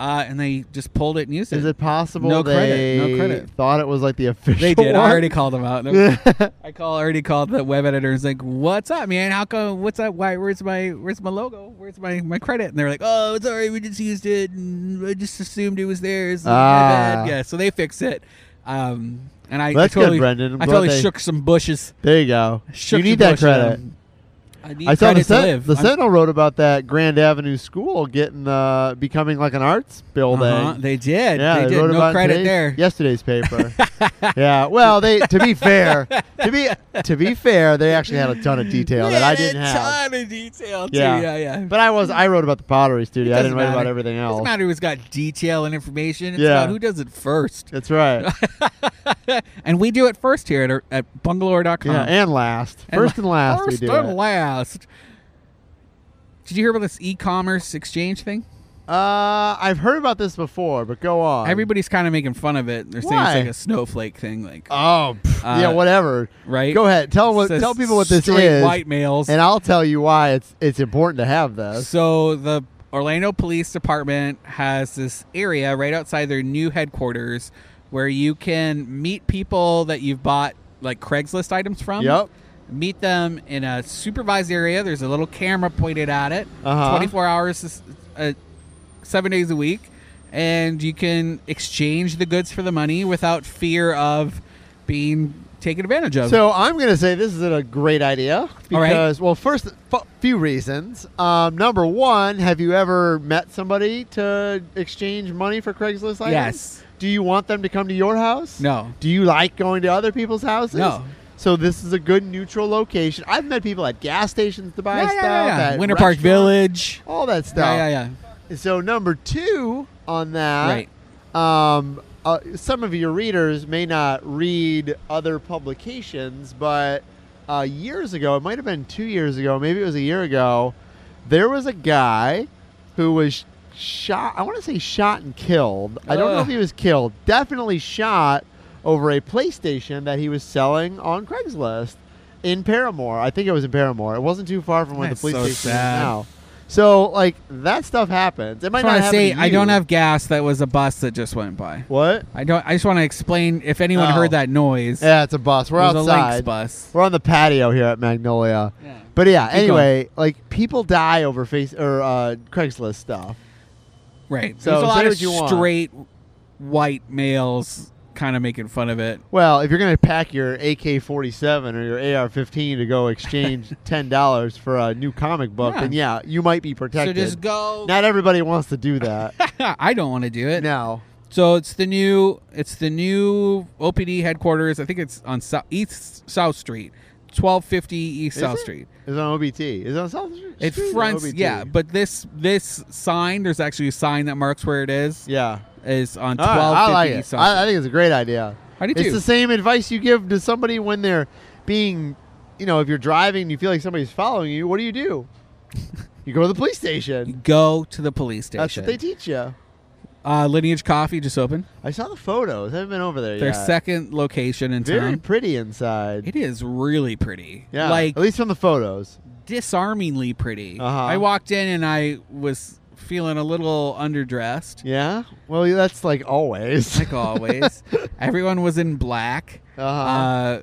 S2: Uh, and they just pulled it and used
S1: Is it possible
S2: No credit,
S1: they
S2: no credit.
S1: thought it was like the official
S2: They did. I
S1: one?
S2: already called them out. No, I call already called the web editors like, "What's up, man? How come? What's up? Why? Where's my where's my logo? Where's my my credit?" And they're like, "Oh, it's alright. We just used it. And I just assumed it was theirs. My
S1: Ah.
S2: bad." Yeah. So they fixed it. Um, and I, I
S1: That's good,
S2: totally,
S1: Brendan. I'm
S2: I
S1: glad
S2: totally
S1: they-
S2: shook some bushes.
S1: there you go.
S2: Shook
S1: you
S2: some
S1: need that
S2: bushes. um,
S1: credit.
S2: I need
S1: I saw
S2: credit
S1: the,
S2: to
S1: Sen-
S2: live.
S1: the
S2: I'm-
S1: Sentinel wrote about that Grand Avenue School getting uh, becoming like an arts building.
S2: Uh-huh, they did.
S1: Yeah,
S2: they,
S1: they,
S2: did.
S1: wrote about
S2: No
S1: in
S2: credit
S1: today's-
S2: there.
S1: Yesterday's paper. yeah. Well, they to be fair, to be to be fair, they actually had a ton of detail
S2: We
S1: that I
S2: had
S1: didn't
S2: a
S1: have.
S2: ton of detail. Too.
S1: Yeah.
S2: Yeah, yeah, yeah.
S1: But I was I wrote about the pottery studio. I
S2: Doesn't
S1: didn't write about
S2: matter.
S1: everything
S2: Doesn't
S1: else.
S2: matter who's got detail and information. It's
S1: Yeah.
S2: about who does it first.
S1: That's right.
S2: and we do it first here at, our- at bungalow.com.
S1: Yeah, and last,
S2: And
S1: first and last,
S2: First
S1: we do.
S2: and
S1: it.
S2: last. Did you hear about this e-commerce exchange thing?
S1: Uh, I've heard about this before, but go on.
S2: Everybody's kind of making fun of it. They're saying
S1: Uh, Why?
S2: it's like a snowflake thing, like
S1: Oh, pff, yeah,
S2: Uh,
S1: whatever.
S2: right?
S1: Go ahead. Tell what.
S2: Says
S1: Tell people what this
S2: straight
S1: is,
S2: White males.
S1: and I'll tell you why it's it's important to have this.
S2: So the Orlando Police Department has this area right outside their new headquarters where you can meet people that you've bought like Craigslist items from.
S1: Yep.
S2: Meet them in a supervised area. There's a little camera pointed at it.
S1: Uh-huh.
S2: 24 hours, is- uh, seven days a week, and you can exchange the goods for the money without fear of being taken advantage of.
S1: So I'm going to say this is a great idea
S2: Um, All right.
S1: because, well, first, f- few reasons. Um, number one, have you ever met somebody to exchange money for Craigslist items?
S2: Yes.
S1: Do you want them to come to your house?
S2: No.
S1: Do you like going to other people's houses?
S2: No.
S1: So this is a good neutral location. I've met people at gas stations to buy
S2: yeah, yeah,
S1: stuff.
S2: yeah, yeah.
S1: at
S2: Winter Park
S1: restaurants,
S2: Village.
S1: All that stuff.
S2: Yeah, yeah, yeah.
S1: So number two on that, um, uh, some of your readers may not read other publications, but uh, years ago, it might have been two years ago, maybe it was a year ago, there was a guy who was shot. I want to say shot and killed. I don't know
S2: Ugh.
S1: if he was killed. Definitely shot over a PlayStation that he was selling on Craigslist in Paramore. I think it was in Paramore. It wasn't too far from where
S2: That's
S1: the police
S2: so
S1: station
S2: sad.
S1: is now. So like that stuff happens. It might
S2: I
S1: not
S2: want to
S1: happen.
S2: say
S1: to
S2: I
S1: you.
S2: don't have gas. That was a bus that just went by.
S1: what?
S2: I don't. I just want to explain if anyone
S1: Oh.
S2: heard that noise.
S1: Yeah, it's a bus. We're
S2: it was a Lynx
S1: outside.
S2: bus.
S1: We're on the patio here at Magnolia.
S2: Yeah.
S1: But yeah,
S2: Keep
S1: anyway, like people die over face or uh, Craigslist stuff.
S2: Right.
S1: So
S2: There's a
S1: say
S2: lot
S1: what you
S2: of
S1: want.
S2: straight white males kind of making fun of it.
S1: Well, if you're gonna pack your AK-47 or your AR-15 to go exchange ten dollars for a new comic book,
S2: Yeah.
S1: then yeah, you might be protected.
S2: So just go.
S1: Not everybody wants to do that.
S2: I don't want to do it.
S1: no.
S2: So it's the new. It's the new OPD headquarters. I think it's on South, East South Street, twelve fifty East
S1: Is
S2: South
S1: it?
S2: Street.
S1: It's on OBT. Is it on South Street?
S2: It
S1: Street or
S2: fronts.
S1: OBT?
S2: Yeah, but this this sign. There's actually a sign that marks where it is.
S1: yeah.
S2: Is on
S1: All right,
S2: twelve
S1: Ah, I
S2: fifty
S1: like
S2: East
S1: it.
S2: South. Street.
S1: I, I think it's a great idea.
S2: I do
S1: it's
S2: too.
S1: the same advice you give to somebody when they're being, you know, if you're driving and you feel like somebody's following you, what do you do? you go to the police station.
S2: go to the police station.
S1: That's what they teach you.
S2: uh, Lineage Coffee just opened
S1: I saw the photos. I haven't been over there
S2: their
S1: yet.
S2: second location in
S1: Very
S2: town.
S1: pretty inside.
S2: It is really pretty.
S1: yeah,
S2: Like
S1: at least from the photos.
S2: disarmingly pretty.
S1: Uh-huh.
S2: I walked in and I was feeling a little underdressed,
S1: Yeah. Well, yeah, that's like always.
S2: like always. Everyone was in black.
S1: Uh-huh.
S2: Uh,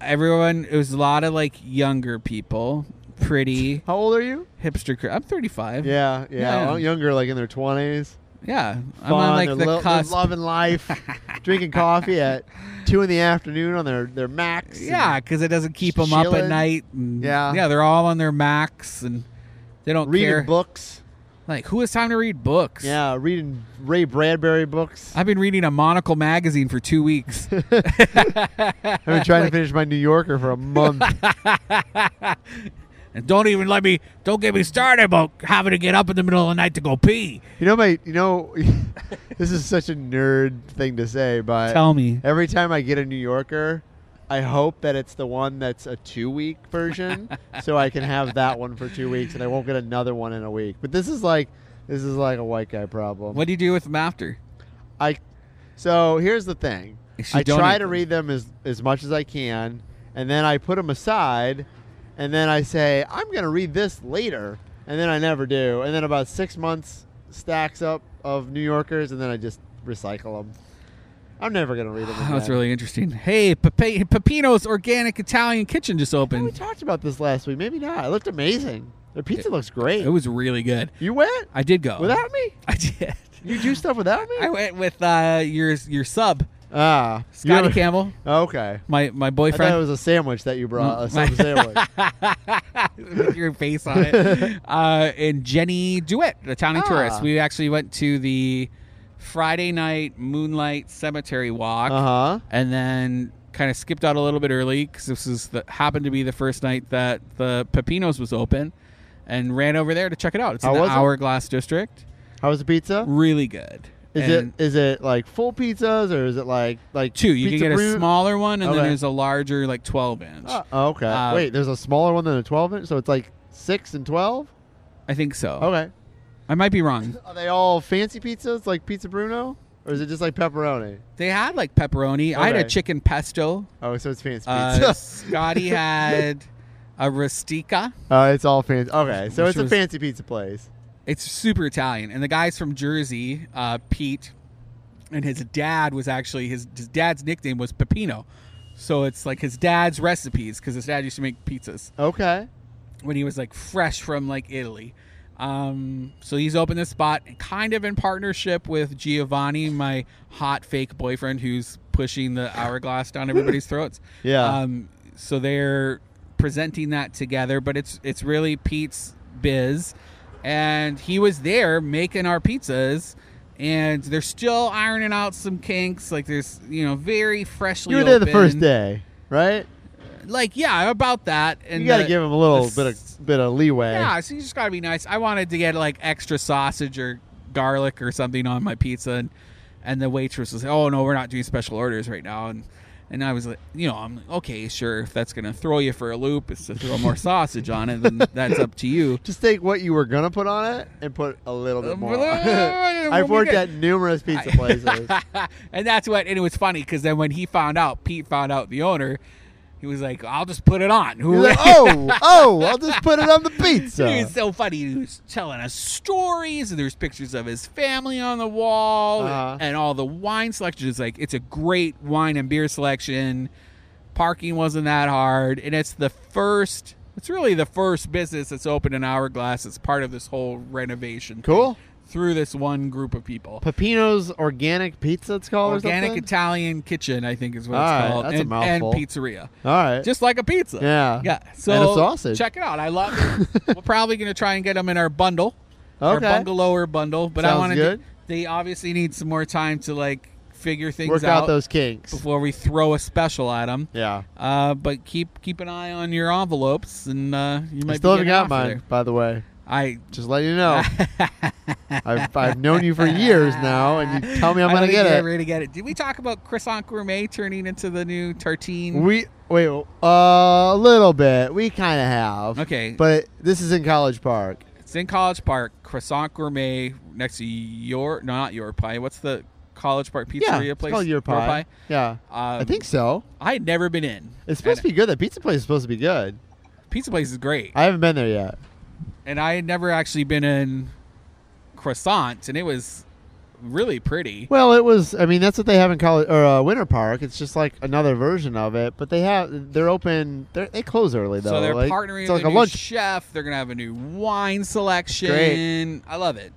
S2: everyone, it was a lot of like younger people, pretty
S1: How old are you?
S2: hipster. Cr- I'm 35.
S1: Yeah, yeah.
S2: Yeah.
S1: well, Younger, like in their twenties.
S2: Yeah. I'm
S1: Fun.
S2: on like
S1: they're
S2: the
S1: lo- they're
S2: cusp.
S1: loving life, drinking coffee at two in the afternoon on their their max. and-
S2: Yeah, because it doesn't keep them up at
S1: chilling.
S2: night. and-
S1: Yeah.
S2: yeah, they're all on their Macs and they don't
S1: reading
S2: care.
S1: books.
S2: Like, who has time to read books?
S1: Yeah, reading Ray Bradbury books.
S2: I've been reading a Monocle magazine for two weeks.
S1: I've been trying to finish my New Yorker for a month.
S2: And don't even let me, don't get me started about having to get up in the middle of the night to go pee.
S1: You know, my, you know, this is such a nerd thing to say, but
S2: Tell me.
S1: every time I get a New Yorker, I hope that it's the one that's a two-week version, so I can have that one for two weeks, and I won't get another one in a week. But this is like, this is like a white guy problem.
S2: What do you do with them after?
S1: I, so here's the thing:
S2: You should
S1: I try
S2: donate
S1: to
S2: them.
S1: read them as as much as I can, and then I put them aside, and then I say I'm gonna read this later, and then I never do, and then about six months stacks up of New Yorkers, and then I just recycle them. I'm never gonna read them.
S2: That was
S1: again.
S2: Oh, really interesting. Hey, Pepe, Pepino's Organic Italian Kitchen just
S1: Yeah, we
S2: opened.
S1: talked about this last week. Maybe not. It looked amazing. Their pizza looks great.
S2: It was really good.
S1: you went
S2: I did go.
S1: without me.
S2: I did.
S1: You do stuff without me.
S2: I went with uh, your your sub,
S1: ah, you
S2: Scotty
S1: were-
S2: Campbell,
S1: Okay.
S2: my my
S1: I thought it
S2: boyfriend.
S1: was a sandwich that you brought. A
S2: Mm, my-
S1: sub sandwich.
S2: with your face on it, uh, and Jenny Dewitt, the Townie
S1: Ah.
S2: tourist. We actually went to the Friday night Moonlight Cemetery walk,
S1: Uh huh.
S2: and then kind of skipped out a little bit early because this is the, happened to be the first night that the Pepinos was open, and ran over there to check it out. It's
S1: How
S2: in the
S1: was it?
S2: Hourglass District.
S1: How was the pizza?
S2: Really good.
S1: Is
S2: And
S1: it is it like full pizzas or is it like like
S2: two? You can
S1: pizza
S2: get a
S1: brut-
S2: smaller one, and then
S1: Okay.
S2: there's a larger, like twelve inch.
S1: Oh, okay.
S2: uh,
S1: Wait, there's a smaller one than a 12 inch, so it's like six and 12.
S2: I think so.
S1: Okay.
S2: I might be wrong.
S1: Are they all fancy pizzas like Pizza Bruno, or is it just like pepperoni?
S2: They had like pepperoni. I had a
S1: Okay.
S2: chicken pesto.
S1: Oh, so it's fancy
S2: Uh,
S1: pizza.
S2: Scotty had a rustica.
S1: Uh, it's all fancy. Okay, so
S2: Which
S1: it's a
S2: was-
S1: fancy pizza place.
S2: It's super Italian, and the guy's from Jersey, uh, Pete, and his dad was actually his his dad's nickname was Pepino, so it's like his dad's recipes because his dad used to make pizzas
S1: Okay.
S2: when he was like fresh from like Italy. Um, so he's opened this spot, kind of in partnership with Giovanni, my hot fake boyfriend, who's pushing the hourglass down everybody's throats.
S1: Yeah.
S2: Um, so they're presenting that together, but it's it's really Pete's biz, and he was there making our pizzas, and they're still ironing out some kinks. Like there's you know very freshly.
S1: You were there the
S2: open.
S1: first day, right?
S2: Like yeah, about that. And
S1: You got to
S2: the-
S1: give him a little
S2: the
S1: bit
S2: s-
S1: of bit of leeway.
S2: yeah, so you just gotta be nice. I wanted to get like extra sausage or garlic or something on my pizza, and, and the waitress was, "Oh no, we're not doing special orders right now." And and I was like, you know, I'm like, okay, sure. If that's gonna throw you for a loop, is to throw more sausage on it, then that's up to you.
S1: Just take what you were gonna put on it and put a little bit
S2: Um,
S1: more.
S2: we'll
S1: I've
S2: be
S1: worked at
S2: good.
S1: numerous pizza places.
S2: and that's what. And it was funny because then when he found out, Pete found out the owner, he was like, "I'll just put it on." Who
S1: He's like, oh, oh, I'll just put it on the
S2: He
S1: pizza.
S2: was so funny. He was telling us stories, and there's pictures of his family on the wall,
S1: Uh-huh.
S2: and all the wine selection is like it's a great wine and beer selection. Parking wasn't that hard, and it's the first. It's really the first business that's opened in Hourglass. It's part of this whole renovation. thing
S1: Cool.
S2: Through this one group of people.
S1: Pepino's organic pizza, it's called
S2: Organic
S1: or something.
S2: Italian Kitchen, I think, is what it's
S1: All right,
S2: called,
S1: that's a
S2: and,
S1: mouthful.
S2: and pizzeria,
S1: All right.
S2: just like a pizza.
S1: yeah.
S2: Yeah. So
S1: and a sausage.
S2: Check it out. I love it. We're probably going to try and get them in our bundle, our
S1: Okay.
S2: bungalower bundle. But I
S1: Sounds
S2: wanted
S1: good.
S2: To, they obviously need some more time to like figure things
S1: Work out those kinks.
S2: before we throw a special at them.
S1: Yeah.
S2: Uh, but keep keep an eye on your envelopes, and uh, you might
S1: I still
S2: be
S1: haven't
S2: getting
S1: got
S2: off
S1: mine,
S2: of there.
S1: by the way.
S2: I
S1: Just let you know. I've, I've known you for years now, and you tell me I'm
S2: I
S1: going
S2: don't
S1: to get
S2: think you're
S1: it.
S2: ever gonna get it. Did we talk about croissant gourmet turning into the new tartine?
S1: We wait uh, a little bit. We kind of have.
S2: Okay.
S1: But this is in College Park.
S2: It's in College Park, Croissant Gourmet next to your no, not your pie. What's the College Park pizzeria
S1: yeah,
S2: place?
S1: It's called Your Pie. Yeah. I
S2: Um,
S1: think so.
S2: I had never been in.
S1: It's supposed to be good. That pizza place is supposed to be good.
S2: Pizza place is great,
S1: I haven't been there yet.
S2: and I had never actually been in Croissant, and it was really pretty.
S1: Well, it was. I mean, that's what they have in college or uh, Winter Park. It's just like another version of it, but they have they're open. They're, they close early though.
S2: so they're
S1: like,
S2: partnering
S1: It's like
S2: with a,
S1: a
S2: new
S1: lunch.
S2: chef. They're gonna have a new wine selection. I love it.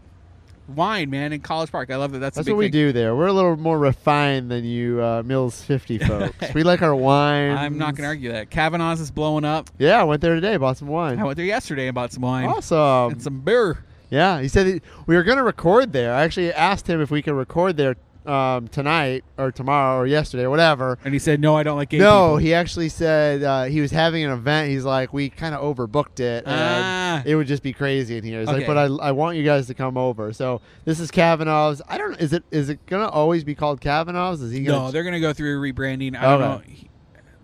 S2: Wine, man, in College Park. I love that. That's, a
S1: That's
S2: big
S1: what we
S2: thing.
S1: do there. We're a little more refined than you uh, Mills Fifty folks. we like our wine.
S2: I'm not gonna argue that. Kavanaugh's is blowing up.
S1: Yeah, I went there today. Bought some
S2: I
S1: wine.
S2: went there yesterday and bought some wine
S1: Awesome.
S2: and some beer.
S1: Yeah, he said that we were going to record there. I actually asked him if we could record there um, tonight or tomorrow or yesterday or whatever.
S2: And he said, "No, I don't like gay
S1: No,
S2: people."
S1: he actually said uh, he was having an event. He's like, we kind of overbooked it, and
S2: Ah.
S1: it would just be crazy in here. He's
S2: Okay.
S1: like, but I, I want you guys to come over. So this is Kavanaugh's. I don't. Is it is it gonna always be called Kavanaugh's? Is he gonna?
S2: No, they're gonna go through rebranding. I don't know,
S1: Okay.
S2: He-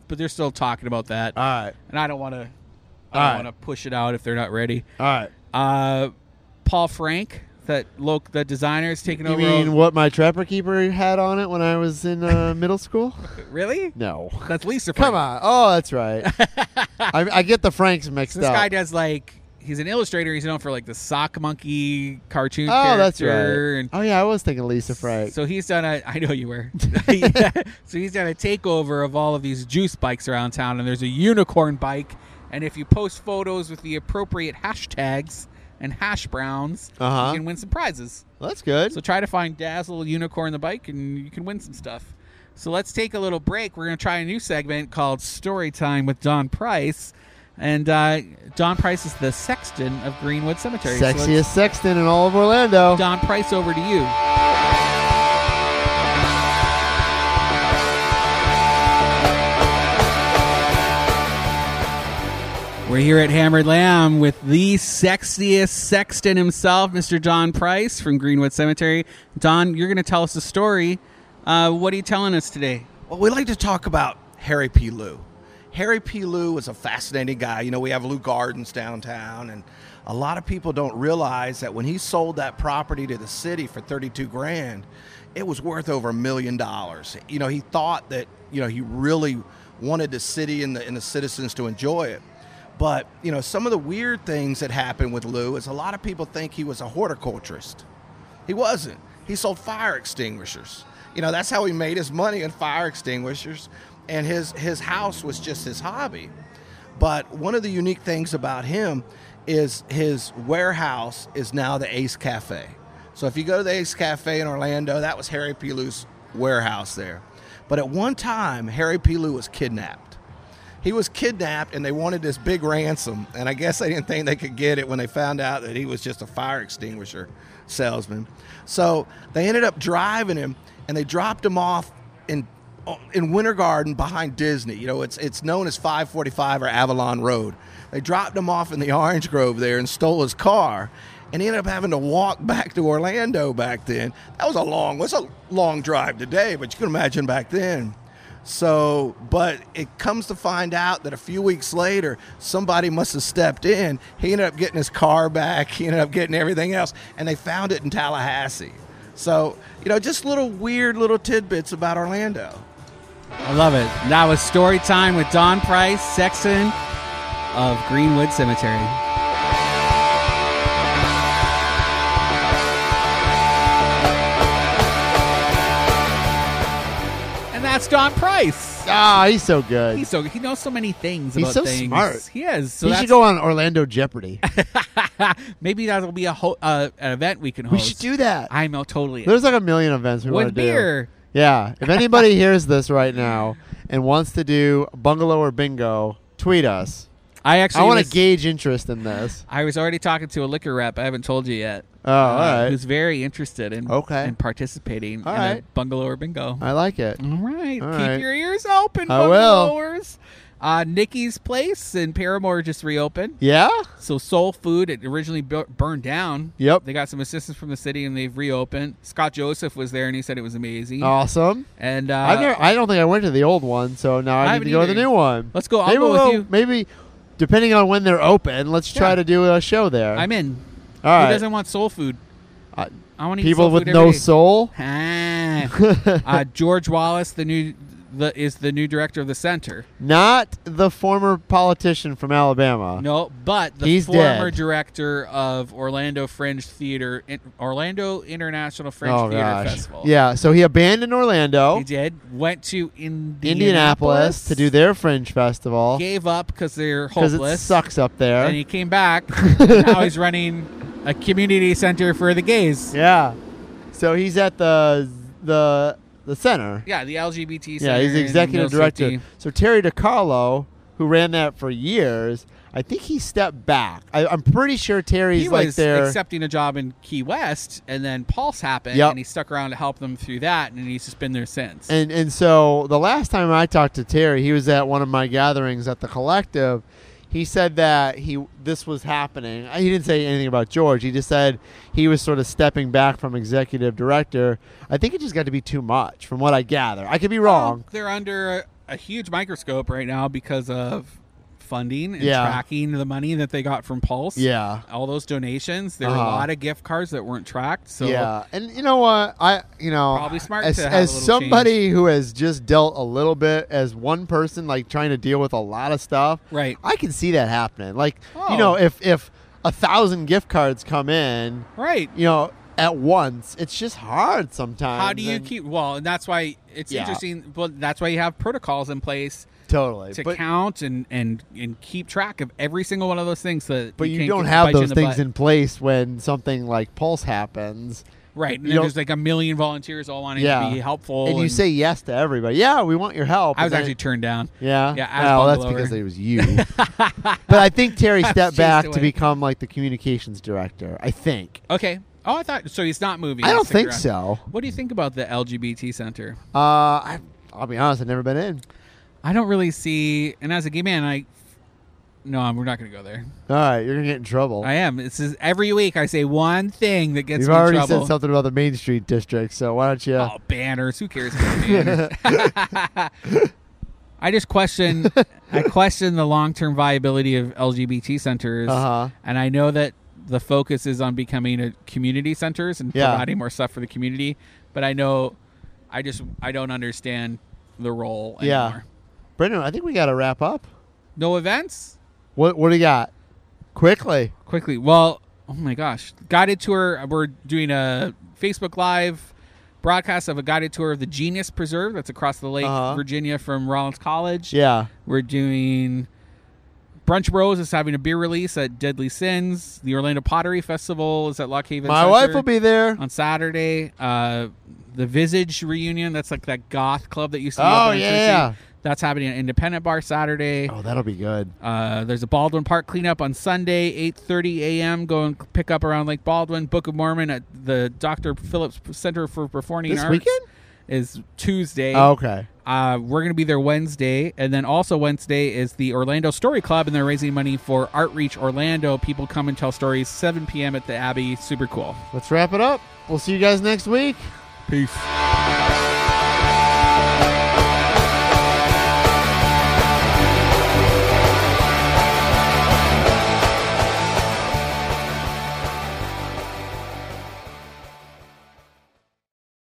S2: but they're still talking about that,
S1: all right,
S2: and I don't want to.
S1: Uh, All
S2: I
S1: right.
S2: don't want to push it out if they're not ready.
S1: all right.
S2: Uh, Paul Frank, that look, that designer is taking
S1: You
S2: over.
S1: mean what my trapper keeper had on it when I was in uh, middle school?
S2: really?
S1: No.
S2: That's Lisa. Frank.
S1: Come on. Oh, that's right. I, I get the Franks mixed
S2: So this
S1: up.
S2: guy does like he's an illustrator. He's known for like the sock monkey cartoon.
S1: oh, that's
S2: character
S1: right.
S2: And
S1: Oh yeah, I was thinking Lisa Frank.
S2: So he's done a. I know you were. Yeah. So he's done a takeover of all of these juice bikes around town, and there's a unicorn bike. And if you post photos with the appropriate hashtags and hash browns,
S1: Uh-huh.
S2: you can win some prizes.
S1: that's good.
S2: So try to find Dazzle Unicorn the bike, and you can win some stuff. So let's take a little break. We're going to try a new segment called Story Time with Don Price. And uh, Don Price is the sexton of Greenwood Cemetery. So let's-
S1: Sexiest sexton in all of Orlando.
S2: Don Price, over to you. We're here at Hammered Lamb with the sexiest sexton himself, Mr. Don Price from Greenwood Cemetery. Don, you're going to tell us a story. Uh, what are you telling us today?
S3: Well, we like to talk about Harry P. Lou. Harry P. Lou was a fascinating guy. You know, we have Lou Gardens downtown, and a lot of people don't realize that when he sold that property to the city for 32 grand, it was worth over a million dollars. You know, he thought that, you know, he really wanted the city and the, and the citizens to enjoy it. But, you know, some of the weird things that happened with Lou is a lot of people think he was a horticulturist. He wasn't. He sold fire extinguishers. You know, that's how he made his money in fire extinguishers. And his, his house was just his hobby. But one of the unique things about him is his warehouse is now the Ace Cafe. So if you go to the Ace Cafe in Orlando, that was Harry P. Lou's warehouse there. But at one time, Harry P. Lou was kidnapped he was kidnapped and they wanted this big ransom and i guess they didn't think they could get it when they found out that he was just a fire extinguisher salesman so they ended up driving him and they dropped him off in in winter garden behind disney you know it's it's known as 545 or avalon road they dropped him off in the orange grove there and stole his car and he ended up having to walk back to orlando back then that was a long was a long drive today but you can imagine back then so, but it comes to find out that a few weeks later, somebody must have stepped in. He ended up getting his car back. He ended up getting everything else, and they found it in Tallahassee. So, you know, just little weird little tidbits about Orlando.
S2: I love it. That was Story Time with Don Price, sexton of Greenwood Cemetery. And that's Don Price.
S1: Ah, he's so good.
S2: He's so he knows so many things
S1: He's
S2: about
S1: so
S2: things.
S1: smart.
S2: He is. So
S1: he
S2: that's,
S1: should go on Orlando Jeopardy.
S2: maybe that'll be a ho- uh, an event we can
S1: we
S2: host.
S1: should do that.
S2: I'm uh, totally.
S1: There's like a million events we
S2: With
S1: want to do.
S2: beer.
S1: Yeah. If anybody hears this right now and wants to do bungalow or bingo, tweet us.
S2: I actually
S1: I want
S2: was-
S1: to gauge interest in this.
S2: I was already talking to a liquor rep. I haven't told you yet.
S1: Oh,
S2: Um,
S1: all right.
S2: Who's very interested in
S1: Okay.
S2: in participating
S1: All
S2: in a
S1: right.
S2: bungalow or bingo.
S1: I like it.
S2: All right.
S1: All
S2: Keep
S1: right.
S2: your ears open,
S1: I will.
S2: bungalowers. Uh, Nikki's Place in Paramore just reopened.
S1: Yeah.
S2: So Soul Food, it originally bu- burned down.
S1: Yep.
S2: They got some assistance from the city and they've reopened. Scott Joseph was there and he said it was amazing.
S1: Awesome.
S2: And uh,
S1: Oh. I never, I don't think I went to the old one, so now
S2: I
S1: I, need
S2: haven't
S1: to go to
S2: either.
S1: the new one.
S2: Let's go. I'll
S1: maybe
S2: go with
S1: we'll-
S2: you.
S1: Maybe depending on when they're open, let's try
S2: Yeah.
S1: to do a show there.
S2: I'm in.
S1: All
S2: Who
S1: right.
S2: doesn't want soul food?
S1: Uh,
S2: I want to eat
S1: people
S2: soul
S1: with
S2: food every
S1: no
S2: day.
S1: soul.
S2: Ah. uh, George Wallace, the new the, is the new director of the center.
S1: Not the former politician from Alabama.
S2: No, but the
S1: Uh, He's
S2: former
S1: dead.
S2: director of Orlando Fringe Theater, in, Orlando International Fringe
S1: oh
S2: Theater
S1: gosh.
S2: Festival.
S1: Yeah. So he abandoned Orlando,
S2: he did. Went to Indianapolis,
S1: Indianapolis, to do their fringe festival
S2: Gave up because they're
S1: because
S2: hopeless.
S1: it sucks up there.
S2: And he came back. and now he's running a community center for the gays. Yeah,
S1: yeah. So he's at the the the center.
S2: the LGBT.
S1: Yeah,
S2: center
S1: he's the
S2: in
S1: executive
S2: Mill
S1: director.
S2: City.
S1: So Terry DiCarlo, who ran that for years, I think he stepped back. I, I'm pretty sure Terry's
S2: he
S1: like
S2: was
S1: there.
S2: accepting a job in Key West, and then Pulse happened,
S1: Yep.
S2: and he stuck around to help them through that, and he's just been there since.
S1: And and so the last time I talked to Terry, he was at one of my gatherings at the collective. He said that he this was happening. Uh, He didn't say anything about George. He just said he was sort of stepping back from executive director. I think it just got to be too much, from what I gather. I could be wrong.
S2: They're under a, a huge microscope right now because of funding and
S1: Yeah.
S2: tracking the money that they got from Pulse.
S1: Yeah.
S2: All those donations. There were a
S1: Uh-huh.
S2: lot of gift cards that weren't tracked. So
S1: yeah, and you know what? I you know
S2: Probably smart
S1: as,
S2: to have a
S1: as
S2: little
S1: somebody who has just dealt a little bit as one person, like trying to deal with a lot of stuff.
S2: Right.
S1: I can see that happening. Like
S2: Oh.
S1: you know, if if a thousand gift cards come in,
S2: Right.
S1: you know, at once, it's just hard sometimes.
S2: How do you
S1: and-
S2: keep well, and that's why it's
S1: Yeah.
S2: interesting but that's why you have protocols in place
S1: totally?
S2: to
S1: But
S2: count and, and and keep track of every single one of those things so that
S1: but you,
S2: can't
S1: don't
S2: get-
S1: have
S2: bite you in
S1: those
S2: the
S1: things
S2: butt.
S1: in place when something like Pulse happens.
S2: Right. And
S1: you
S2: then
S1: don't-
S2: there's like a million volunteers all wanting
S1: Yeah.
S2: to be helpful.
S1: and you say yes to everybody. Yeah, we want your help.
S2: I
S1: and
S2: was
S1: then-
S2: actually turned down.
S1: Yeah.
S2: Yeah, as
S1: Well, that's
S2: bungalower.
S1: because it was you. but I think Terry stepped
S2: Chased
S1: back to
S2: away.
S1: become like the communications director. I think.
S2: Okay. Oh, I thought so. He's not moving.
S1: I
S2: He'll
S1: don't
S2: stick
S1: think
S2: around.
S1: so.
S2: What do you think about the LGBT center?
S1: Uh, I, I'll be honest. I've never been in.
S2: I don't really see. And as a gay man, I no, I'm- we're not going to go there.
S1: All right, you're gonna get in trouble.
S2: I am. This is every week. I say one thing that gets
S1: You've
S2: me in
S1: already
S2: trouble.
S1: said something about the Main Street district, so why don't you?
S2: Oh, banners. Who cares about banners? I just question. I question the long-term viability of LGBT centers,
S1: Uh-huh.
S2: and I know that the focus is on becoming a community centers and
S1: Yeah.
S2: providing more stuff for the community. But I know, I just I don't understand the role
S1: yeah,
S2: anymore.
S1: Brendan, I think we got to wrap up.
S2: No events
S1: What What do you got? Quickly.
S2: quickly. Well, oh my gosh, guided tour. uh, We're doing a Facebook Live broadcast of a guided tour of the Genius Preserve that's across the lake,
S1: Uh-huh.
S2: Virginia, from Rollins College.
S1: Yeah.
S2: We're doing Brunch Bros is having a beer release at Deadly Sins. The Orlando Pottery Festival is at Lock Haven.
S1: My
S2: Center
S1: wife will be there.
S2: on Saturday. Uh, the Visage reunion. That's like that goth club that used to. Be
S1: Oh,
S2: open in
S1: yeah,
S2: Tennessee.
S1: yeah.
S2: That's happening at Independent Bar Saturday.
S1: Oh, that'll be good.
S2: Uh, there's a Baldwin Park cleanup on Sunday, 8:30 a.m. Go and pick up around Lake Baldwin. Book of Mormon at the Dr. Phillips Center for Performing
S1: This
S2: Arts
S1: weekend?
S2: is Tuesday.
S1: Oh, okay.
S2: Uh, we're going to be there Wednesday, and then also Wednesday is the Orlando Story Club, and they're raising money for Outreach Orlando. People come and tell stories. 7 p.m. at the Abbey. Super cool.
S1: Let's wrap it up. We'll see you guys next week.
S2: Peace.